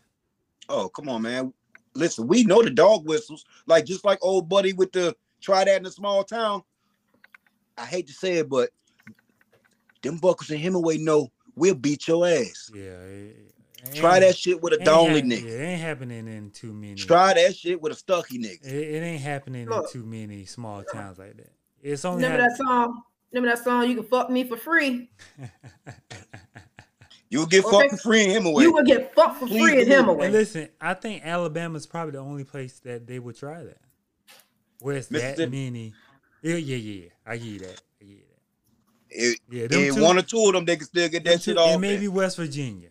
Speaker 2: Oh, come on, man. Listen, we know the dog whistles. Like just like old buddy with the try that in a small town. I hate to say it, but them buckles and Hemingway know we'll beat your ass.
Speaker 3: Yeah. it- it
Speaker 2: Try
Speaker 3: ain't-
Speaker 2: that shit with a
Speaker 3: ain't hap-
Speaker 2: Donley nigga.
Speaker 3: Yeah, it ain't happening in too many.
Speaker 2: Try that shit with a Stucky nigga.
Speaker 3: It, it ain't happening
Speaker 1: Look.
Speaker 3: in too many small towns like that. It's only
Speaker 1: Remember that song? Remember that song? You can fuck me for free.
Speaker 2: You'll get
Speaker 1: Okay.
Speaker 2: fucking free in Hemingway.
Speaker 1: You will get fucked for
Speaker 2: Please
Speaker 1: free in
Speaker 2: do.
Speaker 1: him
Speaker 3: And
Speaker 1: away.
Speaker 3: listen, I think Alabama's probably the only place that they would try that. Where it's that
Speaker 2: Mississippi.
Speaker 3: many. Yeah, yeah, yeah. I give you that. I give you that.
Speaker 2: It-
Speaker 3: Yeah, them
Speaker 2: and
Speaker 3: two-
Speaker 2: one or two of them, they can still get
Speaker 3: them
Speaker 2: that
Speaker 3: two-
Speaker 2: shit off.
Speaker 3: And
Speaker 2: there.
Speaker 3: maybe West Virginia.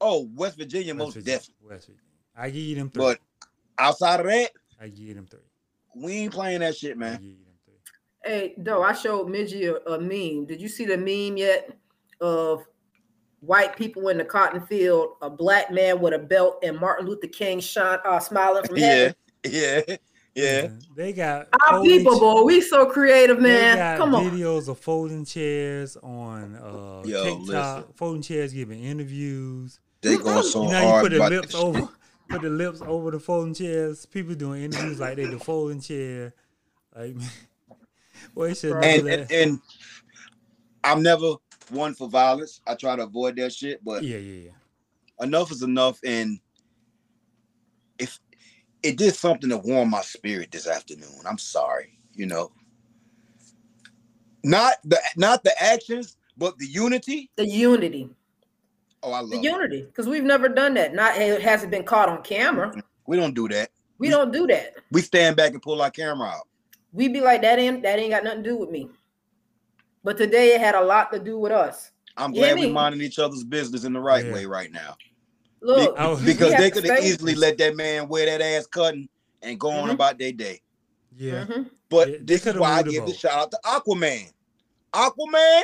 Speaker 2: Oh, West Virginia, most
Speaker 3: West Virginia.
Speaker 2: definitely.
Speaker 3: West Virginia. I give you them three.
Speaker 2: But outside of that,
Speaker 3: I give you them three.
Speaker 2: we ain't playing that shit,
Speaker 3: I
Speaker 2: man.
Speaker 3: give you them three.
Speaker 1: Hey, though, I showed Midgie a, a meme. Did you see the meme yet of white people in the cotton field, a black man with a belt, and Martin Luther King shine, uh, smiling from
Speaker 2: Yeah,
Speaker 1: heaven?
Speaker 2: yeah, yeah.
Speaker 3: Uh, They got
Speaker 1: Our
Speaker 3: folding
Speaker 1: people,
Speaker 3: ch-
Speaker 1: boy, we so creative,
Speaker 3: they
Speaker 1: man.
Speaker 3: got
Speaker 1: Come on.
Speaker 3: videos of folding chairs on uh,
Speaker 2: Yo,
Speaker 3: TikTok.
Speaker 2: listen.
Speaker 3: Folding chairs giving interviews.
Speaker 2: They going so
Speaker 3: You know, you
Speaker 2: hard.
Speaker 3: put the
Speaker 2: about
Speaker 3: lips
Speaker 2: that shit.
Speaker 3: over, put the lips over the folding chairs. People doing interviews like they the folding chair. Like, man, well, it should never
Speaker 2: And,
Speaker 3: let-
Speaker 2: and and I'm never one for violence. I try to avoid that shit, but
Speaker 3: yeah, yeah,
Speaker 2: enough is enough. And if it did something to warm my spirit this afternoon, I'm sorry. You know, not the not the actions, but the unity.
Speaker 1: The unity.
Speaker 2: Oh, I
Speaker 1: The
Speaker 2: love. it.
Speaker 1: unity, because we've never done that. Not it hasn't been caught on camera.
Speaker 2: We don't do that.
Speaker 1: We don't do that.
Speaker 2: We stand back and pull our camera out.
Speaker 1: We be like that ain't that ain't got nothing to do with me. But today it had a lot to do with us.
Speaker 2: I'm
Speaker 1: You
Speaker 2: glad
Speaker 1: hear
Speaker 2: we
Speaker 1: me?
Speaker 2: minding each other's business in the right
Speaker 3: Yeah.
Speaker 2: way right now.
Speaker 1: Look,
Speaker 3: I was-
Speaker 2: Because
Speaker 1: have
Speaker 2: they
Speaker 1: to
Speaker 2: could have
Speaker 1: stay-
Speaker 2: easily let that man wear that ass cutting and go on
Speaker 1: Mhm.
Speaker 2: about their day.
Speaker 3: Yeah.
Speaker 1: mhm.
Speaker 2: But
Speaker 3: Yeah, they
Speaker 2: this is
Speaker 3: coulda
Speaker 2: why I
Speaker 3: moved the
Speaker 2: give the
Speaker 3: vote.
Speaker 2: shout out to Aquaman. Aquaman,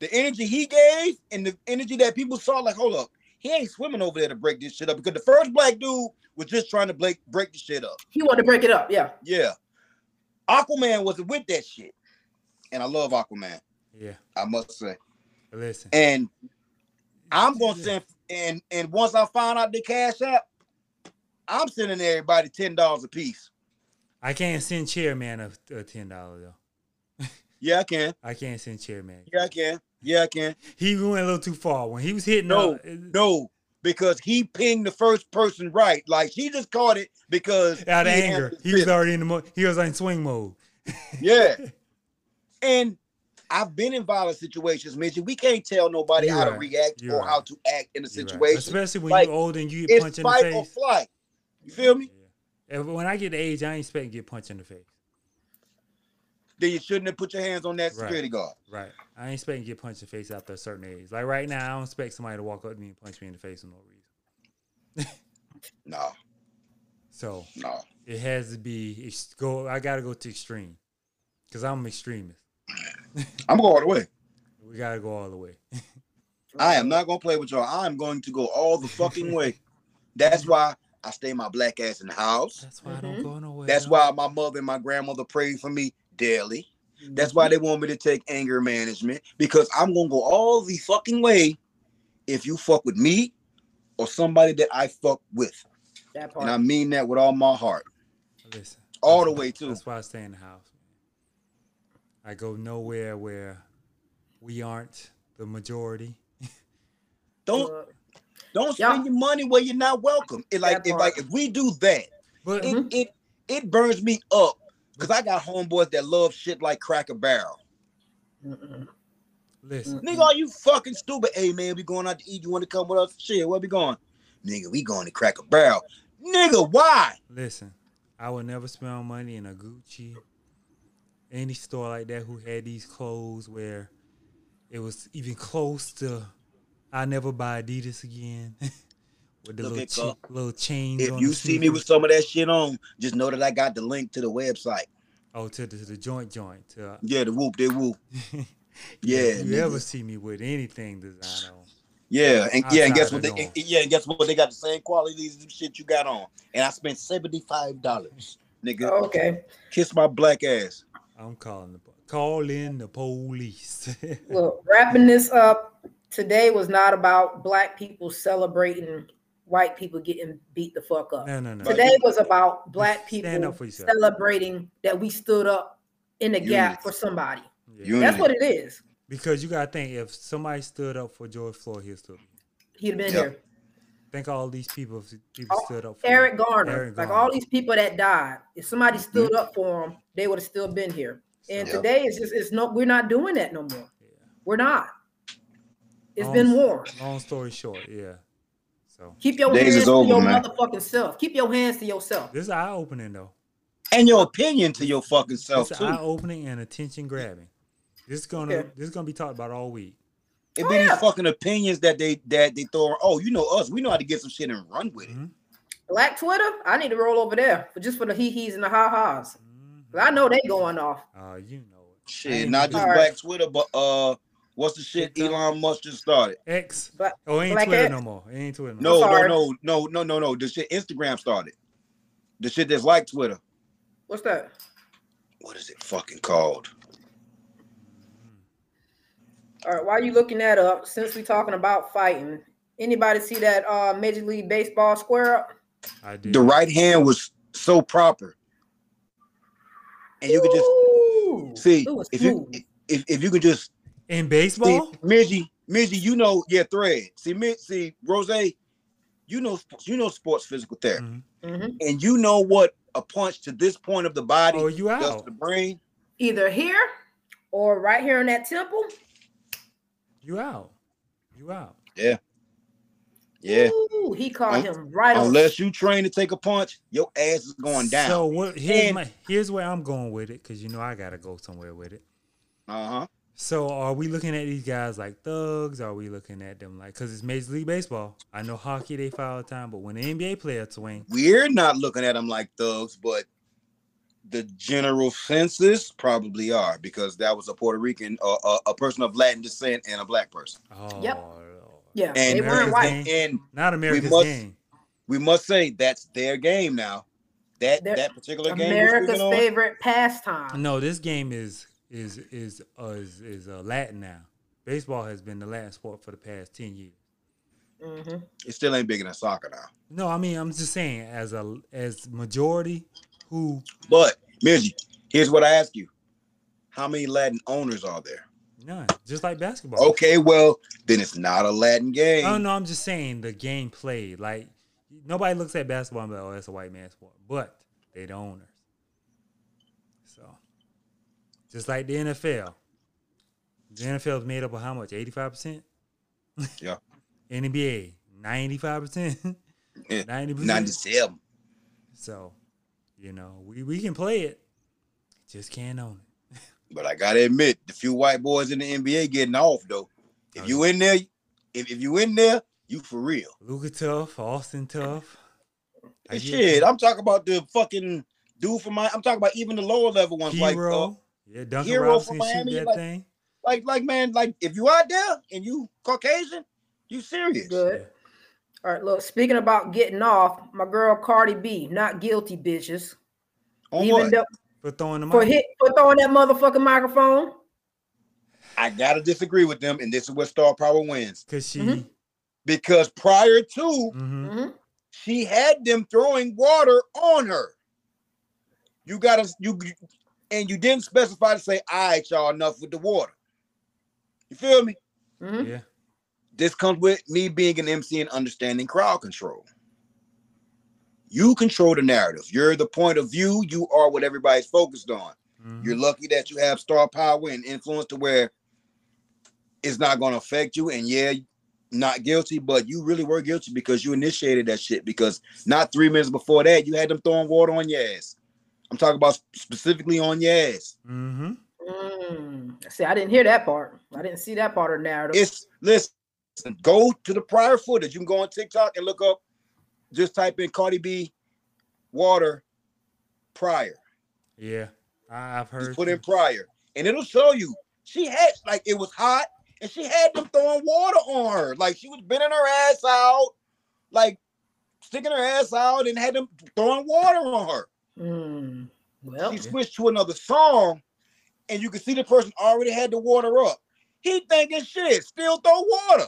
Speaker 2: the energy he gave and the energy that people saw, like, hold up, he ain't swimming over there to break this shit up because the first black dude was just trying to break break the shit up.
Speaker 1: he wanted to break it up. Yeah,
Speaker 2: Yeah, Aquaman wasn't with that shit, and I love Aquaman.
Speaker 3: Yeah.
Speaker 2: I must say,
Speaker 3: Listen.
Speaker 2: and I'm gonna send and and once I find out the cash app, I'm sending everybody ten dollars a piece.
Speaker 3: I can't send chairman a, a ten dollar though.
Speaker 2: Yeah, I can.
Speaker 3: I can't send chairman.
Speaker 2: Yeah, I can. Yeah, I can.
Speaker 3: He went a little too far when he was hitting.
Speaker 2: No,
Speaker 3: up,
Speaker 2: No, because he pinged the first person right. Like she just caught it because
Speaker 3: uh, out of
Speaker 2: she had
Speaker 3: anger.
Speaker 2: the
Speaker 3: He was
Speaker 2: fifth.
Speaker 3: already in the mo- he was in swing mode.
Speaker 2: yeah. And I've been in violent situations, Mitchell. We can't tell nobody
Speaker 3: You're
Speaker 2: how to
Speaker 3: right.
Speaker 2: react
Speaker 3: You're
Speaker 2: or
Speaker 3: right.
Speaker 2: how to act in a
Speaker 3: You're right.
Speaker 2: situation.
Speaker 3: Especially when
Speaker 2: Like,
Speaker 3: you're old and you get
Speaker 2: It's
Speaker 3: punched in the
Speaker 2: fight or
Speaker 3: face.
Speaker 2: flight. You feel me?
Speaker 3: Yeah. And When I get the age, I ain't expecting to get punched in the face.
Speaker 2: Then you shouldn't have put your hands on that
Speaker 3: Right.
Speaker 2: security guard.
Speaker 3: Right. I ain't expecting to get punched in the face after a certain age. Like right now, I don't expect somebody to walk up to me and punch me in the face for no reason.
Speaker 2: No,
Speaker 3: So
Speaker 2: no.
Speaker 3: it has to be ex- go. I gotta go to extreme because I'm an extremist.
Speaker 2: I'm going all the way.
Speaker 3: We gotta go all the way.
Speaker 2: I am not gonna play with y'all. I am going to go all the fucking way. That's why I stay my black ass in the house.
Speaker 3: That's why I don't
Speaker 1: Mhm.
Speaker 3: go nowhere.
Speaker 2: That's
Speaker 3: dog.
Speaker 2: why my mother and my grandmother prayed for me daily. That's why they want me to take anger management because I'm gonna go all the fucking way if you fuck with me or somebody that I fuck with,
Speaker 1: that part.
Speaker 2: and I mean that with all my heart,
Speaker 3: Listen,
Speaker 2: all the
Speaker 3: that's-
Speaker 2: way too.
Speaker 3: That's why I stay in the house. I go nowhere where we aren't the majority.
Speaker 2: Don't
Speaker 1: Look,
Speaker 2: don't
Speaker 1: Yeah.
Speaker 2: spend your money where you're not welcome. It like
Speaker 1: That
Speaker 2: if like
Speaker 1: part. Mm-hmm.
Speaker 2: if we do that,
Speaker 3: But
Speaker 2: it it it burns me up because I got homeboys that love shit like Cracker Barrel.
Speaker 1: mm-mm.
Speaker 3: listen,
Speaker 2: Nigga, are you fucking stupid? Hey man, we going out to eat. You want to come with us? Shit, where we going? Nigga, we going to Cracker Barrel. Nigga, why?
Speaker 3: Listen, I would never spend money in a Gucci, any store like that who had these clothes where it was even close to. I never buy Adidas again with the
Speaker 2: Look
Speaker 3: little
Speaker 2: at
Speaker 3: chi-
Speaker 2: Cup.
Speaker 3: little chains.
Speaker 2: If
Speaker 3: on
Speaker 2: you
Speaker 3: the
Speaker 2: see me with
Speaker 3: sneakers.
Speaker 2: some of that shit on, just know that I got the link to the website.
Speaker 3: oh to the, to the joint joint to uh,
Speaker 2: Yeah, the whoop, they whoop. Yeah,
Speaker 3: if you
Speaker 2: nigga.
Speaker 3: ever see me with anything design on,
Speaker 2: Yeah, and yeah, and
Speaker 3: Outside
Speaker 2: guess
Speaker 3: of
Speaker 2: what? They,
Speaker 3: norm.
Speaker 2: and- yeah, and guess what? They got the same qualities of shit you got on, and I spent seventy five dollars. Nigga,
Speaker 1: Oh, Okay,
Speaker 2: kiss my black ass.
Speaker 3: I'm calling the po- call in the police.
Speaker 1: look, wrapping this up. Today was not about black people celebrating white people getting beat the fuck up.
Speaker 3: no, no, no.
Speaker 2: But-
Speaker 1: Today was about black
Speaker 3: Stand
Speaker 1: people
Speaker 3: up for yourself.
Speaker 1: celebrating that we stood up in the
Speaker 2: Unity.
Speaker 1: gap for somebody.
Speaker 3: Yeah.
Speaker 2: You-
Speaker 1: That's
Speaker 2: Unity.
Speaker 1: what it is.
Speaker 3: Because you gotta think if somebody stood up for George Floyd, he'll still be.
Speaker 1: He'd have been
Speaker 2: Yeah.
Speaker 1: here.
Speaker 3: Think all these people people
Speaker 1: Oh,
Speaker 3: stood up for
Speaker 1: Eric Garner,
Speaker 3: Eric
Speaker 1: like
Speaker 3: Garner. Mm-hmm.
Speaker 1: all these people that died, if somebody stood up for them, they would have still been here. And
Speaker 2: Yeah.
Speaker 1: today it's just it's no, we're not doing that no more. We're not. It's
Speaker 3: Um,
Speaker 1: been war.
Speaker 3: Long story short, yeah. So
Speaker 1: Keep your
Speaker 2: Days is
Speaker 1: hands
Speaker 2: over,
Speaker 1: to your
Speaker 2: man.
Speaker 1: motherfucking self. Keep your hands to yourself.
Speaker 3: this is eye opening though.
Speaker 2: And your opinion to your fucking self
Speaker 3: It's eye
Speaker 2: too.
Speaker 3: opening and attention grabbing. This is gonna
Speaker 1: Okay.
Speaker 3: this is gonna be talked about all week.
Speaker 2: It
Speaker 1: Oh,
Speaker 2: be these
Speaker 1: yeah.
Speaker 2: fucking opinions that they that they throw. Oh, you know us. We know how to get some shit and run with it.
Speaker 3: Mhm.
Speaker 1: Black Twitter, I need to roll over there for just for the hee hees and the ha ha's.
Speaker 3: Mhm.
Speaker 1: I know they going off.
Speaker 3: Uh, you know it. I
Speaker 2: Shit,
Speaker 3: ain't
Speaker 2: not
Speaker 3: even-
Speaker 2: just
Speaker 1: All right.
Speaker 2: Black Twitter, but uh, what's the shit Elon Musk just started?
Speaker 3: X.
Speaker 1: Black-
Speaker 3: oh, it ain't
Speaker 1: Black
Speaker 3: Twitter
Speaker 1: X.
Speaker 3: no more. It ain't Twitter no. more.
Speaker 2: No, no,
Speaker 1: sorry.
Speaker 2: no, no, no, no, no. The shit Instagram started. The shit that's like Twitter.
Speaker 1: What's that?
Speaker 2: What is it fucking called?
Speaker 3: Mm,
Speaker 1: All right, while you looking that up, since we talking about fighting, anybody see that uh Major League Baseball square up?
Speaker 3: I did.
Speaker 2: The right hand was so proper, and you could just
Speaker 1: Ooh,
Speaker 2: see
Speaker 1: it was
Speaker 2: if you
Speaker 1: smooth.
Speaker 2: if, if you could just
Speaker 3: in
Speaker 2: see
Speaker 3: baseball.
Speaker 2: Midgie, Midgie, you know, yeah, thread. See, Mid, see, Rose, you know, you know, sports physical therapy,
Speaker 3: Mhm.
Speaker 1: Mhm.
Speaker 2: and you know what a punch to this point of the body
Speaker 3: Oh, you
Speaker 2: does to
Speaker 3: out.
Speaker 2: the brain.
Speaker 1: Either here or right here in that temple.
Speaker 3: You out. You out.
Speaker 2: Yeah.
Speaker 1: Ooh, he caught
Speaker 2: Un-
Speaker 1: him right on.
Speaker 2: Unless you train to take a punch, your ass is going down.
Speaker 3: So what? Here's
Speaker 2: And-
Speaker 3: my here's where I'm going with it because you know I gotta go somewhere with it.
Speaker 2: uh huh.
Speaker 3: So are we looking at these guys like thugs? Are we looking at them like because it's Major League Baseball? I know hockey they foul time, but when an NBA player swing,
Speaker 2: We're not looking at them like thugs, but the general census probably are because that was a Puerto Rican, uh, a, a person of Latin descent, and a black person.
Speaker 3: oh
Speaker 1: Yep.
Speaker 3: Lord.
Speaker 1: Yeah, they
Speaker 2: And
Speaker 1: weren't white.
Speaker 3: America's
Speaker 2: And
Speaker 3: not America's
Speaker 2: must-
Speaker 3: game.
Speaker 2: we must say that's their game now. That
Speaker 1: Their-
Speaker 2: that particular game. we're
Speaker 1: America's
Speaker 2: speaking on,
Speaker 1: favorite pastime.
Speaker 3: No, this game is is is uh, is is uh, Latin now. Baseball has been the Latin sport for the past ten years.
Speaker 1: Mhm.
Speaker 2: It still ain't bigger than soccer now.
Speaker 3: No, I mean I'm just saying as a as majority who
Speaker 2: But Mizzy, here's what I ask you: How many Latin owners are there?
Speaker 3: none just like basketball.
Speaker 2: Okay, well then it's not a Latin game.
Speaker 3: Oh no, I'm just saying the game played. Like nobody looks at basketball and be like, oh, that's a white man's sport. But they the owners. So just like the NFL. The NFL is made up of how much? 85%?
Speaker 2: Yeah.
Speaker 3: NBA, 95%.
Speaker 2: Yeah,
Speaker 3: 90%.
Speaker 2: Ninety-seven.
Speaker 3: So, you know, we, we can play it. Just can't own it.
Speaker 2: But I gotta admit, the few white boys in the NBA getting off though. If
Speaker 3: Oh,
Speaker 2: you
Speaker 3: yeah.
Speaker 2: in there, if, if you in there, you for real.
Speaker 3: Luka tough, Austin tough. I get-
Speaker 2: Shit, I'm talking about the fucking dude from my. I'm talking about even the lower level ones, like
Speaker 3: Hero.
Speaker 2: uh,
Speaker 3: yeah, Duncan
Speaker 2: Hero
Speaker 3: Robinson
Speaker 2: from
Speaker 3: shoot
Speaker 2: Miami,
Speaker 3: that
Speaker 2: like-
Speaker 3: thing.
Speaker 2: like like man, like if you out there and you Caucasian, you serious.
Speaker 3: Yeah.
Speaker 1: Good. All right, look, speaking about getting off, my girl Cardi B, not guilty, bitches.
Speaker 2: On
Speaker 1: Even
Speaker 2: what?
Speaker 1: though
Speaker 3: For throwing them
Speaker 1: for
Speaker 3: out.
Speaker 1: hit for throwing that motherfucking microphone.
Speaker 2: I gotta disagree with them, and this is where star power wins
Speaker 3: Cause she
Speaker 1: Mhm.
Speaker 2: because prior to
Speaker 3: mhm.
Speaker 1: Mhm.
Speaker 2: she had them throwing water on her. You gotta you and you didn't specify to say, all right, y'all, enough with the water. You feel me?
Speaker 1: Mhm.
Speaker 3: Yeah.
Speaker 2: This comes with me being an MC and understanding crowd control. You control the narrative. You're the point of view. You are what everybody's focused on.
Speaker 3: Mhm.
Speaker 2: You're lucky that you have star power and influence to where it's not going to affect you. And yeah, not guilty, but you really were guilty because you initiated that shit. Because not three minutes before that, you had them throwing water on your ass. I'm talking about specifically on your ass.
Speaker 3: Mm-hmm.
Speaker 1: Mm. See, I didn't hear that part. I didn't see that part of the narrative.
Speaker 2: It's listen. Go to the prior footage. You can go on TikTok and look up. Just type in Cardi B water prior.
Speaker 3: Yeah. I, I've
Speaker 2: Just
Speaker 3: heard.
Speaker 2: put
Speaker 3: you.
Speaker 2: in prior, and it'll show you. She had like it was hot, and she had them throwing water on her. Like she was bending her ass out, like sticking her ass out, and had them throwing water on her.
Speaker 1: Mm. Well,
Speaker 2: She switched to another song, and you could see the person already had the water up. He thinking shit, still throw water.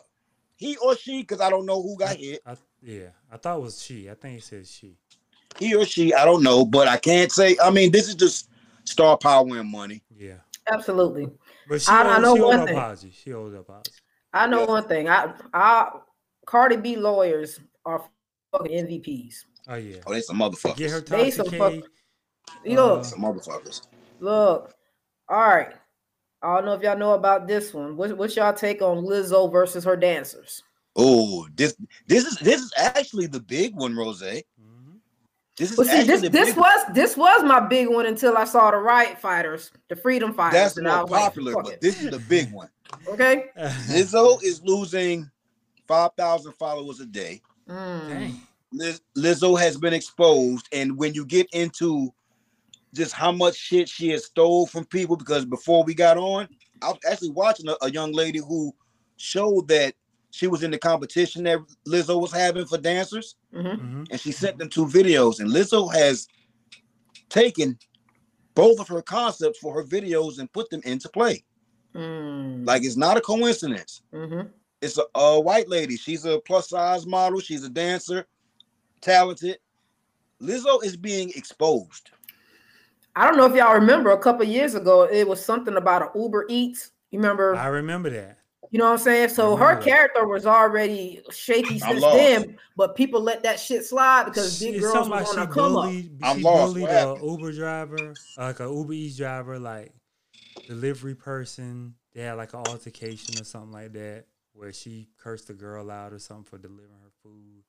Speaker 2: He or she, because I don't know who got hit.
Speaker 3: I, yeah. I thought it was she. I think it says she.
Speaker 2: He or she, I don't know, but I can't say. I mean, this is just star power and money.
Speaker 3: Yeah.
Speaker 1: absolutely.
Speaker 3: But she
Speaker 1: I-
Speaker 3: owes,
Speaker 1: I know
Speaker 3: she owes
Speaker 1: one
Speaker 3: an
Speaker 1: thing.
Speaker 3: apology. She owes an apology.
Speaker 1: I know
Speaker 2: Yeah.
Speaker 1: one thing. I, I, Cardi B lawyers are fucking MVPs.
Speaker 3: Oh yeah.
Speaker 2: Oh, they some motherfuckers.
Speaker 3: Get her
Speaker 1: They some
Speaker 3: toxic.
Speaker 1: fuck-
Speaker 3: Uh,
Speaker 1: Look,
Speaker 2: Some motherfuckers.
Speaker 1: look. All right. I don't know if y'all know about this one. What, what's y'all take on Lizzo versus her dancers?
Speaker 2: Oh, this this is this is actually the big one, Rose. This
Speaker 3: Mm-hmm.
Speaker 2: is
Speaker 1: Well, see,
Speaker 2: actually
Speaker 1: this
Speaker 2: the
Speaker 1: this
Speaker 2: big
Speaker 1: was this was my big one until I saw the riot fighters, the freedom
Speaker 2: one.
Speaker 1: fighters,
Speaker 2: That's
Speaker 1: and I
Speaker 2: more
Speaker 1: was like,
Speaker 2: popular,
Speaker 1: "Fuck
Speaker 2: but
Speaker 1: it."
Speaker 2: this is the big one.
Speaker 1: okay.
Speaker 2: Lizzo is losing five thousand followers a day.
Speaker 1: Mm.
Speaker 2: Liz, Lizzo has been exposed, and when you get into just how much shit she has stole from people, because before we got on, I was actually watching a, a young lady who showed that she was in the competition that Lizzo was having for dancers.
Speaker 1: Mhm.
Speaker 3: hmm
Speaker 2: and she sent them two videos. And Lizzo has taken both of her concepts for her videos and put them into play.
Speaker 1: Mm.
Speaker 2: Like it's not a coincidence.
Speaker 1: Mhm.
Speaker 2: It's a, a white lady. She's a plus size model. She's a dancer, talented. Lizzo is being exposed.
Speaker 1: I don't know if y'all remember a couple years ago, it was something about an Uber Eats. You remember?
Speaker 3: I remember that.
Speaker 1: You know what I'm saying? So
Speaker 3: Mhm.
Speaker 1: her character was already shaky
Speaker 2: I'm
Speaker 1: since
Speaker 2: lost.
Speaker 1: then, but people let that shit slide because
Speaker 3: She-
Speaker 1: big
Speaker 3: it's
Speaker 1: girls
Speaker 3: something
Speaker 1: was
Speaker 3: about
Speaker 1: on
Speaker 3: she
Speaker 1: a come up.
Speaker 3: bullied.
Speaker 2: I'm
Speaker 3: she
Speaker 2: lost.
Speaker 3: bullied
Speaker 2: What
Speaker 3: a
Speaker 2: happened?
Speaker 3: Uber driver, like a Uber Eats driver, like delivery person. They had like an altercation or something like that, where she cursed the girl out or something for delivering her food.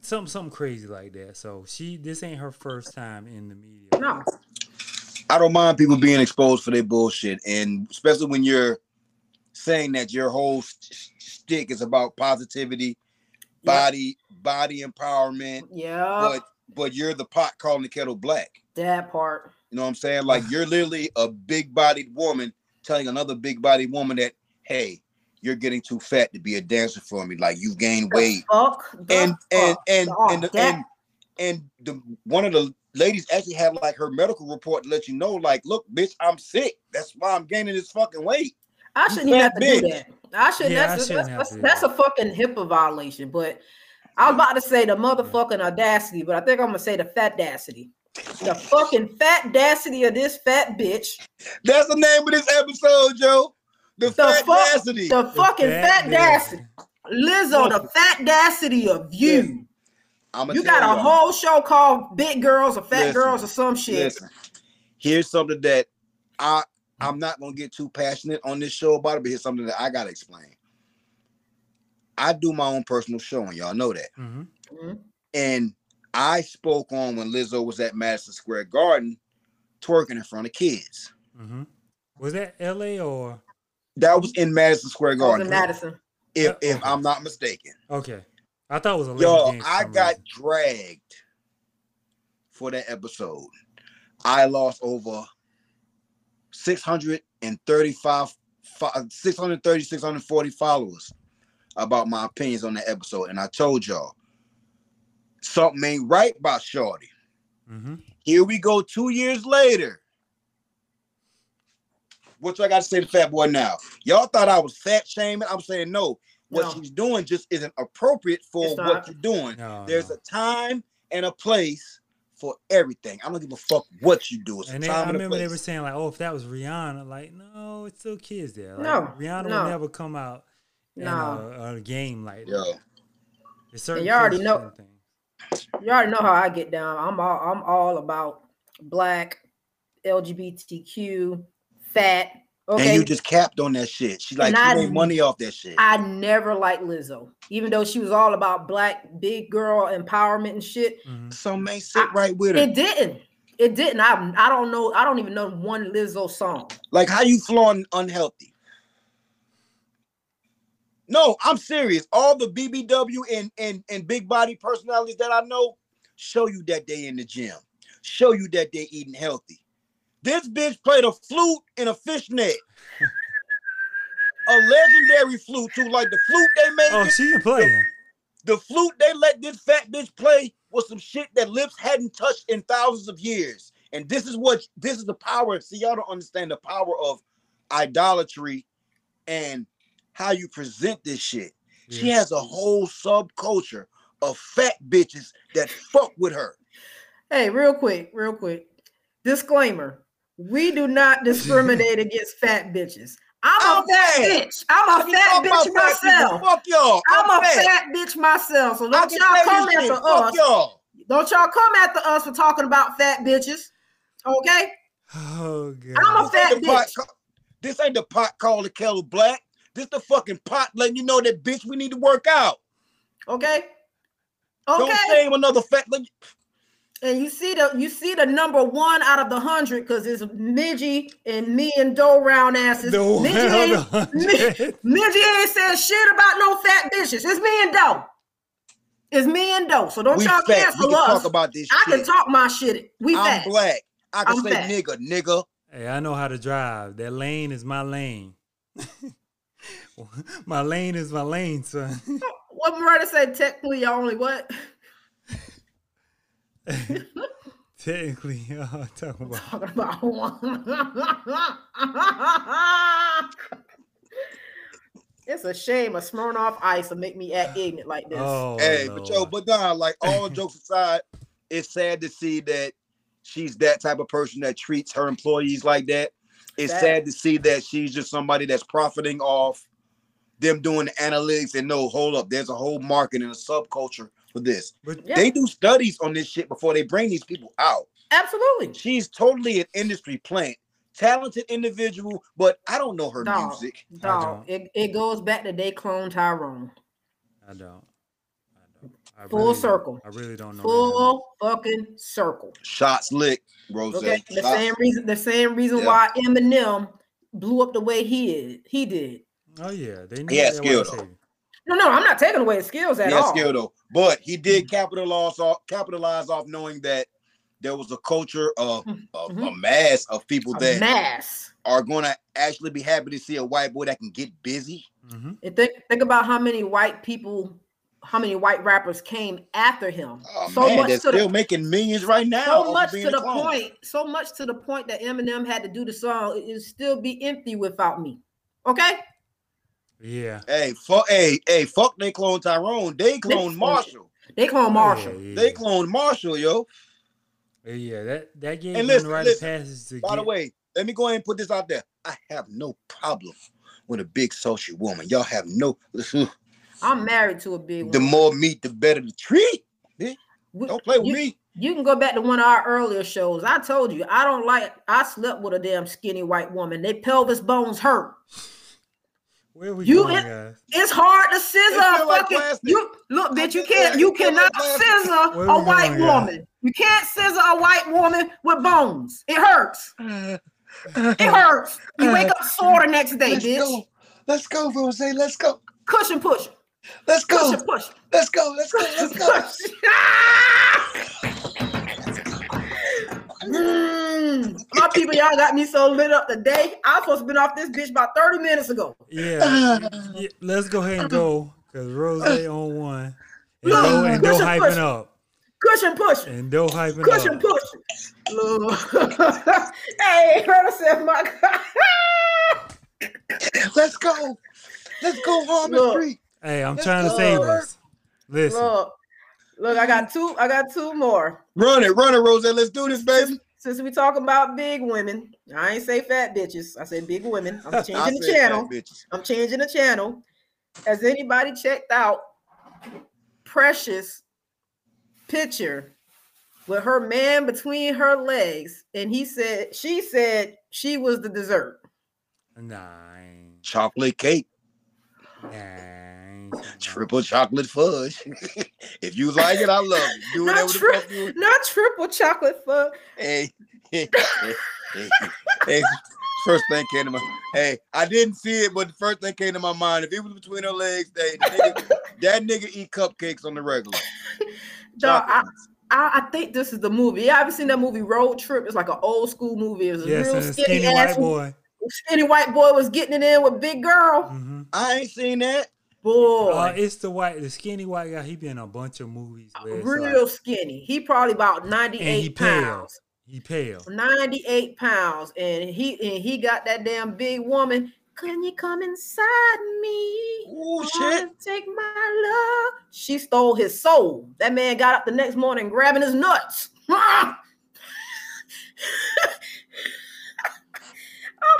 Speaker 3: Something, something crazy like that. So she, this ain't her first time in the media.
Speaker 1: No,
Speaker 2: I don't mind people being exposed for their bullshit, and especially when you're saying that your whole st- stick is about positivity, body, body empowerment,
Speaker 1: Yeah,
Speaker 2: but but you're the pot calling the kettle black.
Speaker 1: that part.
Speaker 2: You know what I'm saying? Like you're literally a big bodied woman telling another big bodied woman that, hey, you're getting too fat to be a dancer for me. Like you've gained
Speaker 1: The
Speaker 2: weight.
Speaker 1: fuck the
Speaker 2: And and
Speaker 1: fuck
Speaker 2: and
Speaker 1: off.
Speaker 2: and the,
Speaker 1: That-
Speaker 2: and and the one of the ladies actually had like her medical report to let you know, like, look, bitch, I'm sick. That's why I'm gaining this fucking weight.
Speaker 1: I shouldn't even have to do
Speaker 2: bitch.
Speaker 1: that. I shouldn't.
Speaker 3: Yeah, I
Speaker 1: that's,
Speaker 3: shouldn't have
Speaker 1: that's,
Speaker 3: to do
Speaker 1: that's, that's a fucking HIPAA violation. But I was
Speaker 2: Mm-hmm.
Speaker 1: about to say the motherfucking audacity, but I think I'm gonna say the fat dacity. The fucking fat dacity of this fat bitch.
Speaker 2: That's the name of this episode, Joe. The,
Speaker 1: The
Speaker 2: fat
Speaker 1: fuck-
Speaker 2: audacity.
Speaker 1: The fucking fat
Speaker 3: dacity.
Speaker 1: dacity. Lizzo, the fat dacity of you.
Speaker 2: I'ma
Speaker 1: You
Speaker 2: tell
Speaker 1: got a
Speaker 2: y'all.
Speaker 1: whole show called Big Girls or Fat
Speaker 2: Listen,
Speaker 1: Girls or some shit.
Speaker 2: Listen, here's something that I I'm not gonna get too passionate on this show about it, but here's something that I gotta explain. I do my own personal show, and y'all know that.
Speaker 3: hmm
Speaker 1: Mhm.
Speaker 2: And I spoke on when Lizzo was at Madison Square Garden twerking in front of kids.
Speaker 3: hmm Was that L.A. or
Speaker 2: That was in Madison
Speaker 1: I
Speaker 2: Square
Speaker 1: was in
Speaker 2: Garden,
Speaker 1: Madison.
Speaker 2: if if I'm not mistaken.
Speaker 3: okay? I thought it was a
Speaker 2: Yo,
Speaker 3: Laker game for
Speaker 2: I
Speaker 3: some
Speaker 2: got
Speaker 3: reason.
Speaker 2: dragged for that episode. I lost over 635, fi- 630, 640 followers about my opinions on that episode. And I told y'all, something ain't right about Shorty.
Speaker 3: Mhm.
Speaker 2: Here we go two years later. What y'all got to say to Fat Boy now? Y'all thought I was fat shaming. I'm saying no. What
Speaker 1: No.
Speaker 2: she's doing just isn't appropriate for
Speaker 1: It's
Speaker 2: what
Speaker 1: not.
Speaker 2: you're doing.
Speaker 3: No,
Speaker 2: There's
Speaker 3: no.
Speaker 2: a time and a place for everything. I don't give a fuck what you do. It's
Speaker 3: And
Speaker 2: a
Speaker 3: they,
Speaker 2: time
Speaker 3: I
Speaker 2: and a
Speaker 3: remember they
Speaker 2: place.
Speaker 3: were saying like, "Oh, if that was Rihanna, like, no, it's still kids there. Like,
Speaker 1: No,
Speaker 3: Rihanna
Speaker 1: no.
Speaker 3: will never come out in
Speaker 1: No.
Speaker 3: a, a game like
Speaker 2: Yo,
Speaker 3: that. There's certain
Speaker 1: you already
Speaker 3: kids
Speaker 1: know-
Speaker 3: certain things.
Speaker 1: You already know how I get down. I'm all I'm all about black, LGBTQ, fat. Okay.
Speaker 2: and you just capped on that shit. She like
Speaker 1: And I-
Speaker 2: you made money off that shit.
Speaker 1: I never liked Lizzo, even though she was all about black big girl empowerment and shit.
Speaker 3: Mhm.
Speaker 2: so man, sit right with her.
Speaker 1: It didn't. It didn't. I I don't know. I don't even know one Lizzo song.
Speaker 2: like how you flaunting unhealthy? No, I'm serious. All the BBW and and and big body personalities that I know show you that they in the gym. Show you that they eating healthy. This bitch played a flute in a fishnet. a legendary flute too, like the flute they made.
Speaker 3: Oh, she can play.
Speaker 2: The flute they let this fat bitch play was some shit that lips hadn't touched in thousands of years. And this is what this is the power. See, y'all don't understand the power of idolatry and how you present this shit. She
Speaker 3: Yeah.
Speaker 2: has a whole subculture of fat bitches that fuck with her.
Speaker 1: Hey, real quick, real quick. Disclaimer: We do not discriminate against fat bitches. I'm,
Speaker 2: I'm
Speaker 1: a fat
Speaker 2: fat.
Speaker 1: bitch. I'm a
Speaker 2: You
Speaker 1: fat
Speaker 2: talk about
Speaker 1: bitch
Speaker 2: fat people,
Speaker 1: myself.
Speaker 2: Fuck y'all.
Speaker 1: I'm, a
Speaker 2: fat.
Speaker 1: fat. bitch myself. So
Speaker 2: I
Speaker 1: don't
Speaker 2: can
Speaker 1: y'all
Speaker 2: say
Speaker 1: come
Speaker 2: this shit.
Speaker 1: after
Speaker 2: Fuck
Speaker 1: us.
Speaker 2: y'all.
Speaker 1: Don't y'all come after us for talking about fat bitches. Okay?
Speaker 3: Oh god.
Speaker 1: I'm a fat
Speaker 2: ain't the pot
Speaker 1: bitch.
Speaker 2: ca- this ain't the pot called the kettle black. This the fucking pot letting you know that bitch we need to work out.
Speaker 1: Okay.
Speaker 2: Don't
Speaker 1: Okay.
Speaker 2: shame another fat. Like,
Speaker 1: And you see the you see the number one out of the hundred because it's Midgie and me and Doe round asses.
Speaker 3: The
Speaker 1: Midgie, ain't,
Speaker 3: world
Speaker 1: Mi- Midgie ain't said shit about no fat bitches. It's me and Doe. It's me and Doe. So don't
Speaker 2: we
Speaker 1: y'all
Speaker 2: fat. we
Speaker 1: cancel
Speaker 2: can talk
Speaker 1: us.
Speaker 2: about this.
Speaker 1: I can
Speaker 2: shit.
Speaker 1: talk my shit. We
Speaker 2: I'm
Speaker 1: fat.
Speaker 2: black. I can
Speaker 1: I'm
Speaker 2: say
Speaker 1: fat.
Speaker 2: nigga, nigga.
Speaker 3: Hey, I know how to drive. That lane is my lane. my lane is my lane, son.
Speaker 1: What Miranda said technically y'all only what?
Speaker 3: Technically, I'm talking about.
Speaker 1: talking about one. it's a shame a Smirnoff Ice will make me act ignorant like this.
Speaker 3: Oh,
Speaker 2: hey, but yo,
Speaker 3: Lord.
Speaker 2: but nah, like all jokes aside, it's sad to see that she's that type of person that treats her employees like that. It's
Speaker 1: Sad.
Speaker 2: sad to see that she's just somebody that's profiting off them doing the analytics and no, hold up, there's a whole market and a subculture for this.
Speaker 1: Yeah,
Speaker 2: They do studies on this shit before they bring these people out.
Speaker 1: absolutely.
Speaker 2: She's totally an industry plant, talented individual, but I don't know her
Speaker 1: Dog.
Speaker 2: music.
Speaker 1: Dog,
Speaker 3: don't.
Speaker 1: it, it goes back to they clone Tyrone.
Speaker 3: I don't. I don't. I
Speaker 1: Full
Speaker 3: really don't-
Speaker 1: circle.
Speaker 3: I really don't know. the numbers.
Speaker 1: Full fucking circle.
Speaker 2: Shots licked, Rose.
Speaker 1: Okay. The
Speaker 2: Shots-
Speaker 1: same reason. The same reason
Speaker 2: Yeah.
Speaker 1: why Eminem blew up the way he is, he did.
Speaker 3: Oh yeah, they knew
Speaker 2: He had
Speaker 3: that
Speaker 2: skill,
Speaker 3: white
Speaker 2: though.
Speaker 3: savior.
Speaker 1: No, no, I'm not taking away his skills at
Speaker 2: He had
Speaker 1: all. Mm-hmm.
Speaker 2: skill though, but he did capitalize off capitalize off knowing that there was a culture of, of a
Speaker 1: Mhm.
Speaker 2: mass of people
Speaker 1: A
Speaker 2: that
Speaker 1: mass.
Speaker 2: are going to actually be happy to see a white boy that can get busy.
Speaker 3: Mhm.
Speaker 1: And think think about how many white people, how many white rappers came after him.
Speaker 2: Oh,
Speaker 1: so
Speaker 2: man,
Speaker 1: much
Speaker 2: they're
Speaker 1: to the
Speaker 2: still making millions right now.
Speaker 1: so
Speaker 2: off
Speaker 1: much
Speaker 2: of
Speaker 1: to
Speaker 2: being
Speaker 1: the
Speaker 2: a clone.
Speaker 1: point, so much to the point that Eminem had to do the song. It would still be empty without me. Okay,
Speaker 3: Yeah.
Speaker 2: Hey, fuck, hey, hey, fuck! They clone Tyrone. They clone
Speaker 1: clone-
Speaker 2: Marshall.
Speaker 1: they call him Marshall.
Speaker 3: Yeah,
Speaker 2: They clone Marshall, yo.
Speaker 3: yeah. yeah, that that gave
Speaker 2: And
Speaker 3: him
Speaker 2: listen,
Speaker 3: the right
Speaker 2: listen,
Speaker 3: of passage to
Speaker 2: By
Speaker 3: get.
Speaker 2: the way, let me go ahead and put this out there. I have no problem with a big social woman. Y'all have no. The
Speaker 1: I'm married to a big one.
Speaker 2: more meat, the better the treat.
Speaker 1: We-
Speaker 2: Don't play with
Speaker 1: you,
Speaker 2: me.
Speaker 1: You can go back to one of our earlier shows. I told you I don't like. I slept with a damn skinny white woman. They pelvis bones hurt.
Speaker 3: Where we
Speaker 1: you
Speaker 3: going,
Speaker 1: in-
Speaker 3: guys?
Speaker 1: It's hard to scissor
Speaker 2: It
Speaker 1: a
Speaker 2: feel like
Speaker 1: fucking.
Speaker 2: plastic.
Speaker 1: you look, bitch. You
Speaker 2: It feel
Speaker 1: can't.
Speaker 2: like-
Speaker 1: You
Speaker 2: it feel
Speaker 1: cannot
Speaker 2: like plastic.
Speaker 1: scissor
Speaker 3: Where
Speaker 1: a
Speaker 3: we
Speaker 1: white
Speaker 3: going, guys?
Speaker 1: woman. You can't scissor a white woman with bones. It hurts. It hurts. You wake up sore the next day,
Speaker 2: Let's
Speaker 1: bitch.
Speaker 2: go. Let's go, Rose. Let's go.
Speaker 1: Cushion push.
Speaker 2: Let's go.
Speaker 1: Cushion push.
Speaker 2: Let's go. Let's go. Let's
Speaker 1: Cushion
Speaker 2: go.
Speaker 1: push. Ah! Mm. My people, y'all got me so lit up today. I supposed to been off this bitch about 30 minutes ago.
Speaker 3: Yeah, yeah, let's go ahead and go because Rose on one. And
Speaker 1: Look,
Speaker 3: Doe and Doe
Speaker 1: push it, push
Speaker 3: hyping
Speaker 1: it.
Speaker 3: up.
Speaker 1: Cushion push.
Speaker 3: And Doe hyping
Speaker 1: Cushion
Speaker 3: up.
Speaker 1: push. Lord. hey, Colonel said my God.
Speaker 2: Let's go. Let's go harm the
Speaker 1: Look.
Speaker 2: street.
Speaker 3: Hey, I'm
Speaker 2: Let's
Speaker 3: trying to
Speaker 2: go.
Speaker 3: save us. Listen,
Speaker 1: Look, look, I got two. I got two more.
Speaker 2: Run it, run it, Rose. Let's do this, baby.
Speaker 1: Since we talking about big women, I ain't say fat bitches. I said big women. I'm
Speaker 2: I
Speaker 1: changing the
Speaker 2: said that,
Speaker 1: channel.
Speaker 2: bitches.
Speaker 1: I'm changing the channel. Has anybody checked out Precious picture with her man between her legs? And he said, she said she was the dessert.
Speaker 3: nine,
Speaker 2: Chocolate cake,
Speaker 3: nine,
Speaker 2: triple chocolate fudge. if you like it, I love it. Do
Speaker 1: Not
Speaker 2: whatever the
Speaker 1: tri-
Speaker 2: fuck you
Speaker 1: Not triple chocolate fudge.
Speaker 2: Hey, hey, hey, hey, first thing came to my hey, I didn't see it, but the first thing came to my mind. If it was between her legs, hey, the nigga, that nigga eat cupcakes on the regular.
Speaker 1: Dog, I,
Speaker 2: Chocolate.
Speaker 1: I, I think this is the movie. Yeah, I've seen that movie Road Trip. It's like an old school movie. It was a
Speaker 3: Yes,
Speaker 1: real
Speaker 3: and a
Speaker 1: skinny,
Speaker 3: skinny
Speaker 1: ass
Speaker 3: white boy.
Speaker 1: skinny white boy was getting it in with big girl.
Speaker 3: hmm
Speaker 2: I ain't seen that.
Speaker 1: Boy,
Speaker 3: Uh, it's the white, the skinny white guy. He been in a bunch of movies. Where it's like,
Speaker 1: real skinny. He probably about
Speaker 3: he
Speaker 1: 98
Speaker 3: pale.
Speaker 1: pounds.
Speaker 3: he pale.
Speaker 1: 98 pounds. And he and he got that damn big woman. Can you come inside me?
Speaker 2: Oh
Speaker 1: I
Speaker 2: shit.
Speaker 1: wanna Take my love. She stole his soul. That man got up the next morning grabbing his nuts. I'm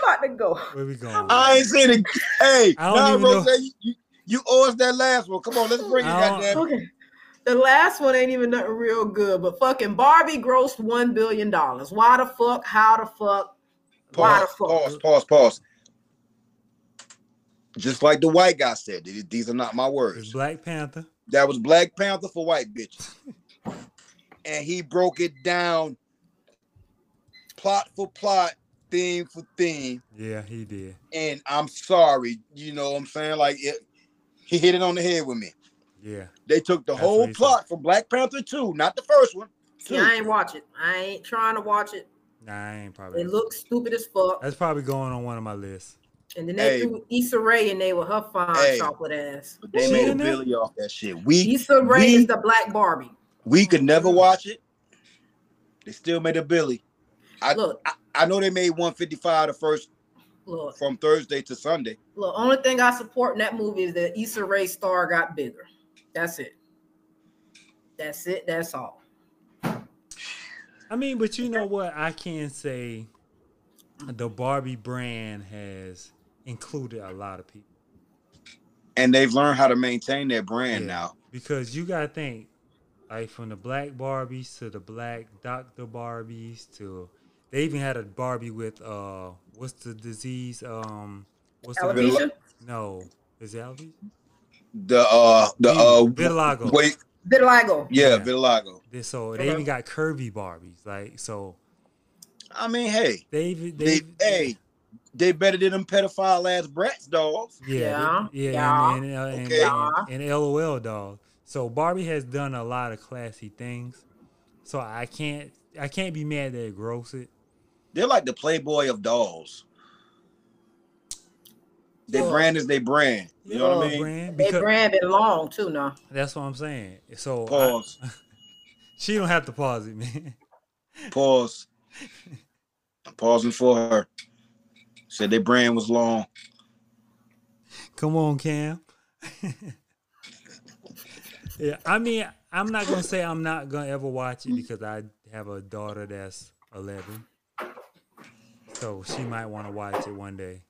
Speaker 1: about to go.
Speaker 3: Where we going? with
Speaker 2: I ain't seen it. Hey,
Speaker 3: I don't
Speaker 2: nah,
Speaker 3: even know-
Speaker 2: Rose, you, you, you owe us that last one. Come on, let's bring it.
Speaker 3: I don't-
Speaker 2: Goddamn.
Speaker 1: Okay. The last one ain't even nothing real good, but fucking Barbie grossed one billion dollars. Why the fuck? How the fuck? Why the
Speaker 2: Pause,
Speaker 1: fuck?
Speaker 2: pause, pause, pause. Just like the white guy said, th- these are not my
Speaker 3: that? It's
Speaker 2: words.
Speaker 3: Black Panther.
Speaker 2: That was Black Panther for white bitches. and he broke it down plot for plot, theme for theme.
Speaker 3: Yeah, he did.
Speaker 2: And I'm sorry, you know what I'm saying? Like it, he hit it on the head with me.
Speaker 3: Yeah.
Speaker 2: They took the
Speaker 3: That's what
Speaker 2: whole
Speaker 3: he said.
Speaker 2: plot from Black Panther 2, not the first one.
Speaker 1: See, I ain't watch it. I ain't trying to watch it.
Speaker 3: Nah, I ain't probably.
Speaker 1: It looks stupid as fuck.
Speaker 3: That's probably going on one of my lists.
Speaker 1: And then they
Speaker 2: Hey.
Speaker 1: threw Issa Rae in there with her fine
Speaker 2: Hey.
Speaker 1: chocolate ass.
Speaker 2: But they
Speaker 3: She
Speaker 2: made a
Speaker 3: in it?
Speaker 2: billy off that shit. We
Speaker 1: Issa Rae
Speaker 2: we-
Speaker 1: is the black Barbie.
Speaker 2: we could never watch it. They still made a billy. I-
Speaker 1: Look,
Speaker 2: I, I know they made 155 the first
Speaker 1: look,
Speaker 2: from Thursday to Sunday.
Speaker 1: look. Only thing I support in that movie is that Issa Rae star got bigger. That's it. That's it. That's all.
Speaker 3: I mean, but you know what? I can say the Barbie brand has included a lot of people
Speaker 2: And they've learned how to maintain their brand
Speaker 3: Yeah.
Speaker 2: now.
Speaker 3: because you got to think like from the black Barbies to the black Dr. Barbies to they even had a Barbie with uh what's the disease um what's the
Speaker 2: Vitiligo.
Speaker 1: Alopecia?
Speaker 3: no is it alopecia?
Speaker 2: The uh the uh
Speaker 3: Vitiligo.
Speaker 2: wait
Speaker 1: Vitiligo.
Speaker 2: Yeah, vitiligo.
Speaker 3: This- So they even got curvy Barbies. Like so,
Speaker 2: I mean, hey,
Speaker 3: they even
Speaker 2: they,
Speaker 3: they,
Speaker 2: hey, they better than them pedophile ass brats, dogs.
Speaker 3: yeah, they-
Speaker 1: Yeah,
Speaker 3: yeah,
Speaker 1: yeah,
Speaker 3: and, and, uh, and-
Speaker 2: okay.
Speaker 3: and- and LOL dog. So Barbie has done a lot of classy things. So I can't I can't be mad that it gross it.
Speaker 2: They're like the Playboy of dolls. Their
Speaker 1: Yeah.
Speaker 2: brand is their brand. You know what I
Speaker 3: Dog
Speaker 2: mean?
Speaker 3: brand,
Speaker 1: They
Speaker 3: because-
Speaker 1: brand it long too now.
Speaker 3: that's what I'm saying. So I-
Speaker 2: Pause.
Speaker 3: she don't have to pause it, man.
Speaker 2: Pause. Pausing for her. Said their brand was long.
Speaker 3: Come on, Cam. yeah, I mean, I'm not gonna say I'm not gonna ever watch it because I have a daughter that's 11, so she might want to watch it one day.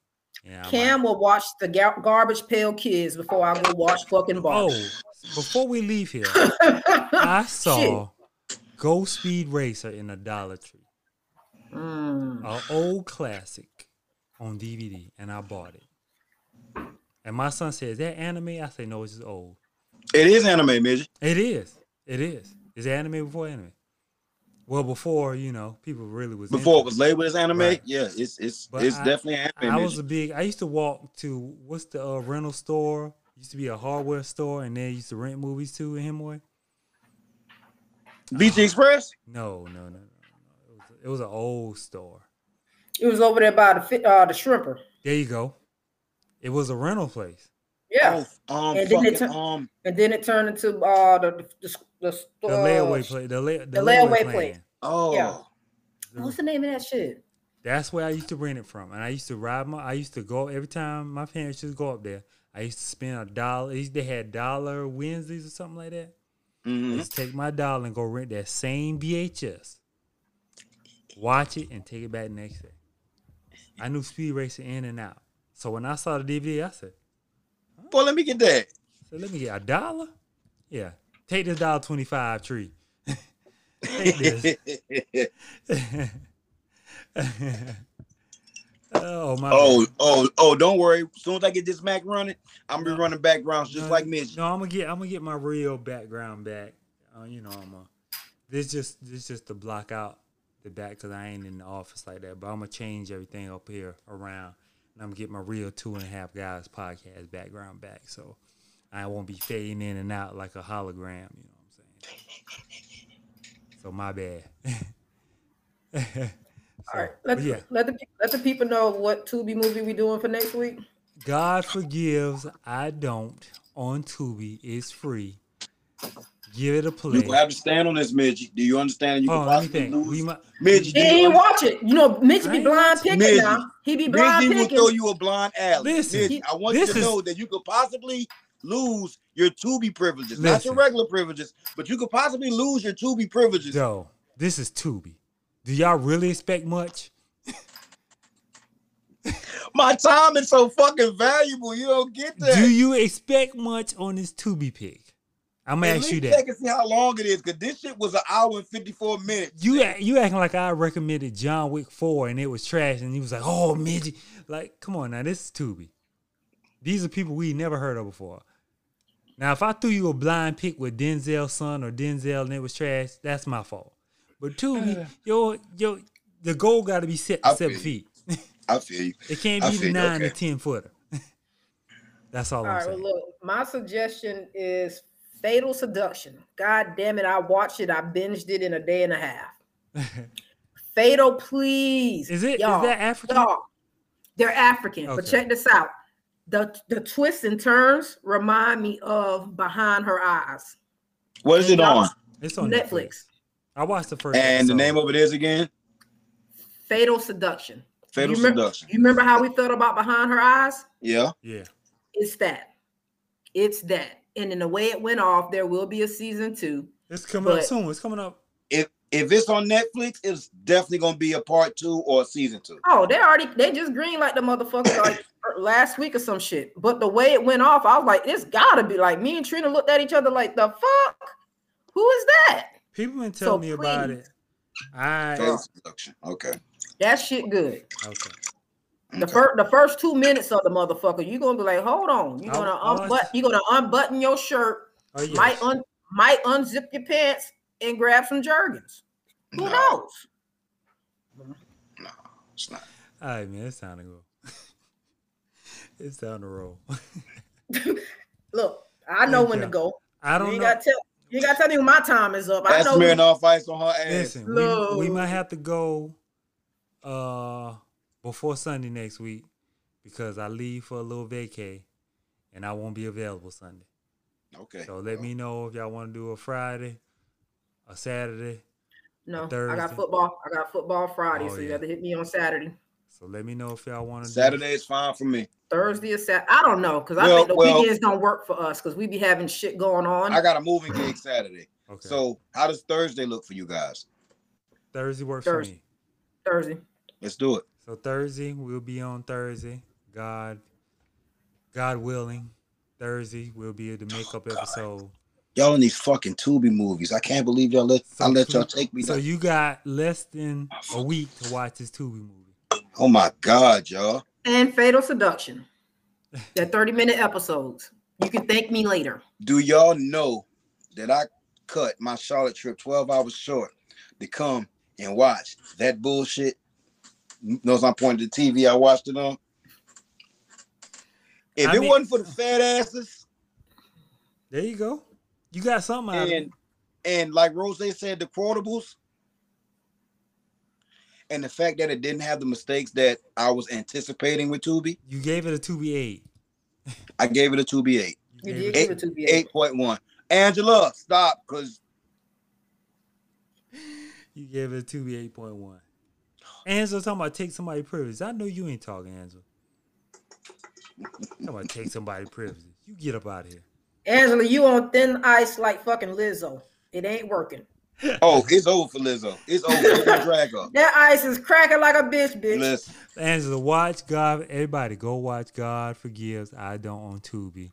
Speaker 3: Yeah. I might-
Speaker 1: Cam will watch the gar- garbage pail kids before I go watch fucking
Speaker 3: Oh,
Speaker 1: Barbie.
Speaker 3: before we leave here, I saw Go Speed Racer in a Dollar Tree,
Speaker 1: Mm.
Speaker 3: an old classic on DVD, and I bought it. And my son said, "Is that anime?" I say, "No, it's just old."
Speaker 2: It is anime, midget.
Speaker 3: It is. It is. Is anime before anime? Well, before you know, people really was
Speaker 2: Before
Speaker 3: into
Speaker 2: it was labeled as anime,
Speaker 3: Right.
Speaker 2: yeah, it's it's
Speaker 3: But
Speaker 2: it's
Speaker 3: I-
Speaker 2: definitely anime.
Speaker 3: I was
Speaker 2: midget.
Speaker 3: a big. I used to walk to what's the uh, rental store? Used to be a hardware store, and they used to rent movies too in Hemway.
Speaker 2: BT Express.
Speaker 3: No, no, no, no, no. It was, it was an old store.
Speaker 1: It was over there by the fi- uh, the shrimper.
Speaker 3: There you go. It was a rental place.
Speaker 1: Yeah,
Speaker 2: Oh, um,
Speaker 1: And then they
Speaker 2: fucking,
Speaker 1: took-
Speaker 2: um,
Speaker 1: and then it turned into uh the the, the, the,
Speaker 3: The
Speaker 1: uh,
Speaker 3: layaway place. The, lay, the,
Speaker 1: the
Speaker 3: layaway,
Speaker 1: layaway
Speaker 3: place.
Speaker 1: place.
Speaker 2: oh,
Speaker 1: Yeah. What's the name of that shit?
Speaker 3: That's where I used to rent it from, and I used to ride my. I used to go every time my parents used to go up there. I used to spend a dollar. They had dollar Wednesdays or something like that.
Speaker 2: mhm.
Speaker 3: Just take my dollar and go rent that same VHS. Watch it and take it back the next day. I knew Speed Racer in and out. So when I saw the DVD, I said,
Speaker 2: boy, let me get that.
Speaker 3: so let me get a dollar? Yeah. Take this dollar twenty five tree. take this. oh my
Speaker 2: oh, oh, oh! Don't worry. As soon as I get this Mac running, I'm gonna be running backgrounds just
Speaker 3: No,
Speaker 2: like midget.
Speaker 3: No, I'm gonna get I'm gonna get my real background back. Uh, you know, I'm a, this just this just to block out the back because I ain't in the office like that. But I'm gonna change everything up here around, and I'm gonna get my real two and a half guys podcast background back. So I won't be fading in and out like a hologram. You know what I'm saying? so my bad.
Speaker 1: All right,
Speaker 3: but
Speaker 1: let
Speaker 3: yeah.
Speaker 1: let the let the people know what Tubi movie we doing for next week.
Speaker 3: God forgives, I don't. On Tubi is free. Give it a play.
Speaker 2: You gonna have to stand on this, midget. Do you understand? You
Speaker 3: Hold
Speaker 2: can
Speaker 3: on, Oh, let me
Speaker 2: possibly
Speaker 3: think.
Speaker 2: lose.
Speaker 3: We might,
Speaker 2: midget,
Speaker 1: He
Speaker 2: do you
Speaker 1: ain't
Speaker 2: understand?
Speaker 1: watch it. You know, Mitch be
Speaker 3: Right.
Speaker 1: blind picking
Speaker 2: Midget.
Speaker 1: now. He be blind
Speaker 2: Big D will throw
Speaker 1: picking.
Speaker 2: you a blind alley.
Speaker 3: Listen,
Speaker 2: Midget, I want
Speaker 3: this
Speaker 2: you to
Speaker 3: is-
Speaker 2: know that you could possibly lose your Tubi privileges, not your
Speaker 3: Listen.
Speaker 2: regular privileges, but you could possibly lose your Tubi privileges.
Speaker 3: yo, this is Tubi. Do y'all really expect much?
Speaker 2: My time is so fucking valuable. You don't get that.
Speaker 3: Do you expect much on this Tubi pick? I'm gonna
Speaker 2: At
Speaker 3: ask you
Speaker 2: least
Speaker 3: that.
Speaker 2: check and see how long it is, because this shit was an hour and fifty-four minutes.
Speaker 3: You act- you acting like I recommended John Wick four and it was trash, and he was like, "Oh, midget!" Like, come on now, this is Tubi. These are people we never heard of before. Now, if I threw you a blind pick with Denzel's son or Denzel and it was trash, that's my fault. But Tubi, yo, yo, the goal got to be set to
Speaker 2: I
Speaker 3: seven
Speaker 2: feel you.
Speaker 3: feet.
Speaker 2: I feel you.
Speaker 3: It can't
Speaker 2: I
Speaker 3: be the
Speaker 2: feel you,
Speaker 3: nine to
Speaker 2: okay.
Speaker 3: ten footer. that's all,
Speaker 1: All
Speaker 3: I'm
Speaker 1: right, well,
Speaker 3: saying.
Speaker 1: look, my suggestion is Fatal Seduction. God damn it, I watched it. I binged it in a day and a half. Fatal, please.
Speaker 3: Is it is
Speaker 1: y'all,
Speaker 3: that African?
Speaker 1: y'all. They're African, but
Speaker 3: Okay.
Speaker 1: check this out. The the twists and turns remind me of Behind Her Eyes.
Speaker 2: What is it on?
Speaker 3: It's on
Speaker 1: Netflix.
Speaker 3: Netflix. I watched the first.
Speaker 2: And the
Speaker 3: episode.
Speaker 2: name of it is again
Speaker 1: Fatal Seduction.
Speaker 2: Fatal
Speaker 1: you remember,
Speaker 2: Seduction.
Speaker 1: You remember how we felt about Behind Her Eyes?
Speaker 2: Yeah.
Speaker 3: yeah.
Speaker 1: It's that. It's that. And in the way it went off, there will be a season two.
Speaker 3: It's coming up
Speaker 1: But-
Speaker 3: soon. It's coming up.
Speaker 2: If if it's on Netflix, it's definitely gonna be a part two or a season two.
Speaker 1: Oh, they already they just green like the motherfucker like last week or some shit. But the way it went off, I was like, it's gotta be like me and Trina looked at each other like the fuck? Who is that?
Speaker 3: People been telling
Speaker 1: So
Speaker 3: me about
Speaker 1: please.
Speaker 3: it. I
Speaker 2: Fatal Seduction. Okay.
Speaker 1: That shit good.
Speaker 3: okay.
Speaker 1: The
Speaker 2: Okay.
Speaker 1: first the first two minutes of the motherfucker, you're gonna be like, hold on, you're
Speaker 3: I-
Speaker 1: gonna
Speaker 3: I was-
Speaker 1: unbutton, you're gonna unbutton your shirt,
Speaker 3: Oh, yes.
Speaker 1: might un might unzip your pants and grab some jergens. Who
Speaker 2: No.
Speaker 1: knows?
Speaker 2: No, it's not.
Speaker 3: All right, man, it's time to go. it's time to roll.
Speaker 1: Look, I know
Speaker 3: Thank
Speaker 1: when
Speaker 3: you.
Speaker 1: to go.
Speaker 3: I
Speaker 1: You
Speaker 3: don't
Speaker 1: ain't
Speaker 3: know.
Speaker 1: gotta tell you ain't gotta tell me when my time is up. I
Speaker 2: That's
Speaker 1: know when-
Speaker 2: smearing off ice on her ass.
Speaker 3: Listen, we, we
Speaker 1: Look.
Speaker 3: might have to go uh before Sunday next week because I leave for a little vacay and I won't be available Sunday.
Speaker 2: Okay.
Speaker 3: So let me know if y'all want to do a Friday, a Saturday.
Speaker 1: no, I
Speaker 3: Thursday.
Speaker 1: got football. I got football Friday,
Speaker 3: Oh,
Speaker 1: so
Speaker 3: yeah.
Speaker 1: you got to hit me on Saturday.
Speaker 3: So let me know if y'all want to
Speaker 2: Saturday is fine for me.
Speaker 1: Thursday or Saturday. I don't know because I
Speaker 2: Well,
Speaker 1: think the
Speaker 2: well-
Speaker 1: weekends don't work for us because we be having shit going on.
Speaker 2: I got a moving gig Saturday.
Speaker 3: Do, okay.
Speaker 2: So how does Thursday look for you guys?
Speaker 3: Thursday works
Speaker 1: Thursday.
Speaker 3: for me.
Speaker 1: Thursday.
Speaker 2: Let's do it.
Speaker 3: So Thursday we'll be on Thursday. God, God willing, Thursday we'll be able to make
Speaker 2: Oh,
Speaker 3: up episode.
Speaker 2: Y'all in these fucking Tubi movies. I can't believe y'all let I let y'all take me.
Speaker 3: So
Speaker 2: there.
Speaker 3: you got less than a week to watch this Tubi movie.
Speaker 2: oh my god, y'all.
Speaker 1: and Fatal Seduction. That 30 minute episodes. You can thank me later.
Speaker 2: Do y'all know that I cut my Charlotte trip 12 hours short to come and watch that bullshit? Knows I'm pointing to the TV I watched it on. If
Speaker 3: I
Speaker 2: it
Speaker 3: mean- uh.
Speaker 2: wasn't for the fat asses
Speaker 3: There you go. You got something out of it.
Speaker 2: and and like Rose said, the quotables and the fact that it didn't have the mistakes that I was anticipating with Tubi,
Speaker 3: You gave it a Tubi eight.
Speaker 2: I gave it a 2B8.
Speaker 1: You did
Speaker 3: gave it-
Speaker 1: give it to me.
Speaker 2: 8.1. Angela, stop, because
Speaker 3: You gave it a Tubi eight point one. Ansel talking about take somebody privilege. I know you ain't talking, Ansel. Talking about take somebody privilege. You get up out of here.
Speaker 1: Angela, you on thin ice like fucking Lizzo. It ain't working.
Speaker 2: oh, it's over for Lizzo. It's over. It's gonna drag up.
Speaker 1: That ice is cracking like a bitch, bitch.
Speaker 2: Listen,
Speaker 3: Angela, watch God. Everybody, go watch God Forgives. I don't on Tubi,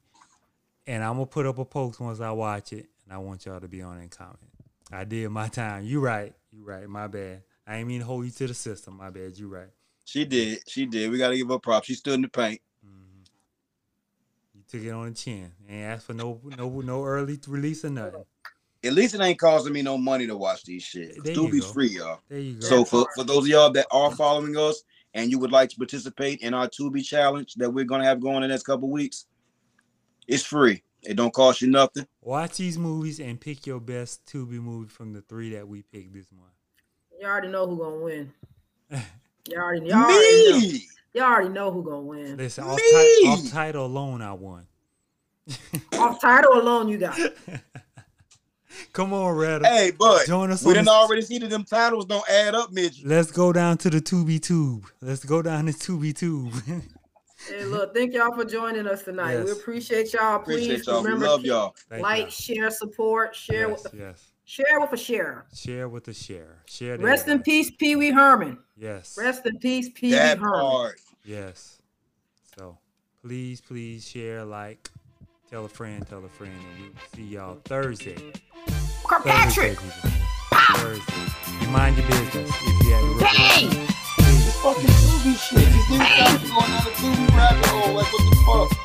Speaker 3: and I'm gonna put up a post once I watch it, and I want y'all to be on it and comment. I did my time. You right. You right. My bad. I ain't mean to hold you to the system. My bad. You right.
Speaker 2: she did. She did. We gotta give her props. She stood in the paint.
Speaker 3: Mhm. You took it on the chin and asked for no no no early release or nothing.
Speaker 2: At least it ain't costing me no money to watch these shit.
Speaker 3: There
Speaker 2: Do
Speaker 3: you
Speaker 2: be
Speaker 3: go.
Speaker 2: free, y'all.
Speaker 3: There you go.
Speaker 2: So for, for those of y'all that are following us and you would like to participate in our 2B challenge that we're gonna have going in the next couple weeks, it's free. It don't cost you nothing.
Speaker 3: watch these movies and pick your best Tubi movie from the three that we picked this month.
Speaker 1: You already know who gonna win. You already, you already know.
Speaker 2: Me!
Speaker 1: You already know who gonna win.
Speaker 3: Listen, off,
Speaker 2: Me!
Speaker 3: ti- off title alone, I won.
Speaker 1: Off title alone, you got.
Speaker 3: Come on, Rattle.
Speaker 2: Hey, but
Speaker 3: Join us
Speaker 2: we
Speaker 3: on
Speaker 2: didn't
Speaker 3: the-
Speaker 2: already see that them titles don't add up, midget.
Speaker 3: Let's go down to the Tubi tube. Let's go down to Tubi tube.
Speaker 1: Hey, look, thank y'all for joining us tonight. We
Speaker 3: Yes.
Speaker 1: appreciate y'all. Please
Speaker 2: Appreciate y'all. We
Speaker 1: remember,
Speaker 2: love
Speaker 1: keep-
Speaker 2: y'all.
Speaker 3: Thank
Speaker 1: like,
Speaker 3: y'all.
Speaker 1: share, support, share
Speaker 3: yes,
Speaker 1: with a,
Speaker 3: yes.
Speaker 1: share with a share.
Speaker 3: Share with the share. Share. to
Speaker 1: Rest in
Speaker 3: everybody.
Speaker 1: peace, Pee Wee Herman.
Speaker 3: Yes.
Speaker 1: Rest in peace, Pee Wee
Speaker 2: That
Speaker 1: Herman.
Speaker 2: part.
Speaker 3: Yes. So please, please share, like, tell a friend, tell a friend, and we'll see y'all Thursday. Thursday,
Speaker 1: Kirkpatrick,
Speaker 3: people. Thursday. And mind your business if you have
Speaker 1: hey.
Speaker 3: Peace.
Speaker 2: fucking Tubi shit. These niggas going out of Tubi rabbit hole. Like, what the fuck?